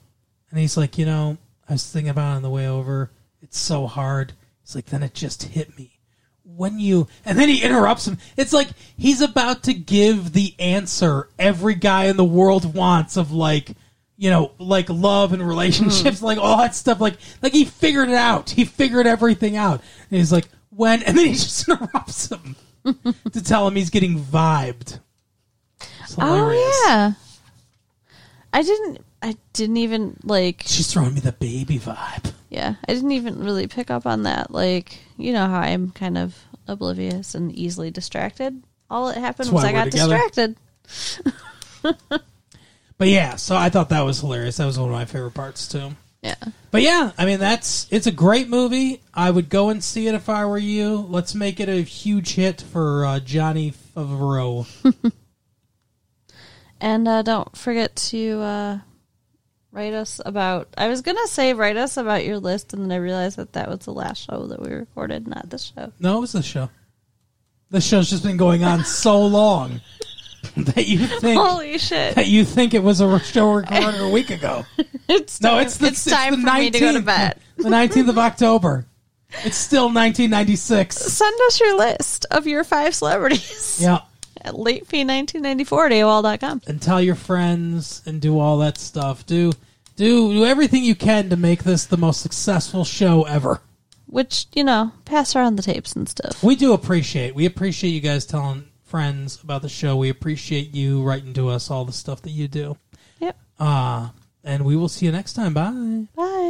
Speaker 1: And he's like, "You know, I was thinking about it on the way over. It's so hard." He's like, "Then it just hit me when you." And then he interrupts him. It's like he's about to give the answer every guy in the world wants of like, you know, like love and relationships,
Speaker 2: Hmm.
Speaker 1: like all that stuff. Like, like he figured it out. He figured everything out. And he's like, "When?" And then he just interrupts him to tell him he's getting vibed. It's hilarious.
Speaker 2: Oh yeah. I didn't. I didn't even like.
Speaker 1: She's throwing me the baby vibe.
Speaker 2: Yeah, I didn't even really pick up on that. Like, you know how I'm kind of oblivious and easily distracted. All that happened
Speaker 1: That's
Speaker 2: was
Speaker 1: why
Speaker 2: I
Speaker 1: we're
Speaker 2: got
Speaker 1: together.
Speaker 2: distracted.
Speaker 1: But yeah, so I thought that was hilarious. That was one of my favorite parts too.
Speaker 2: Yeah.
Speaker 1: But yeah, I mean that's it's a great movie. I would go and see it if I were you. Let's make it a huge hit for uh, Johnny Favreau.
Speaker 2: And uh, don't forget to uh, write us about. I was gonna say write us about your list, and then I realized that that was the last show that we recorded, not this show.
Speaker 1: no, it was the show. The show's just been going on so long that you think
Speaker 2: Holy shit!
Speaker 1: that you think it was a show recorded a week ago.
Speaker 2: It's
Speaker 1: No,
Speaker 2: time,
Speaker 1: it's the,
Speaker 2: it's time
Speaker 1: the
Speaker 2: for me to go to
Speaker 1: 19th.
Speaker 2: bed.
Speaker 1: The nineteenth of October. It's still nineteen ninety six.
Speaker 2: Send us your list of your five celebrities
Speaker 1: Yeah.
Speaker 2: at latep1994 at AOL.com.
Speaker 1: and tell your friends and do all that stuff. Do do do everything you can to make this the most successful show ever.
Speaker 2: Which you know, pass around the tapes and stuff.
Speaker 1: We do appreciate. We appreciate you guys telling friends about the show. We appreciate you writing to us all the stuff that you do.
Speaker 2: Yep.
Speaker 1: Uh and we will see you next time. Bye.
Speaker 2: Bye.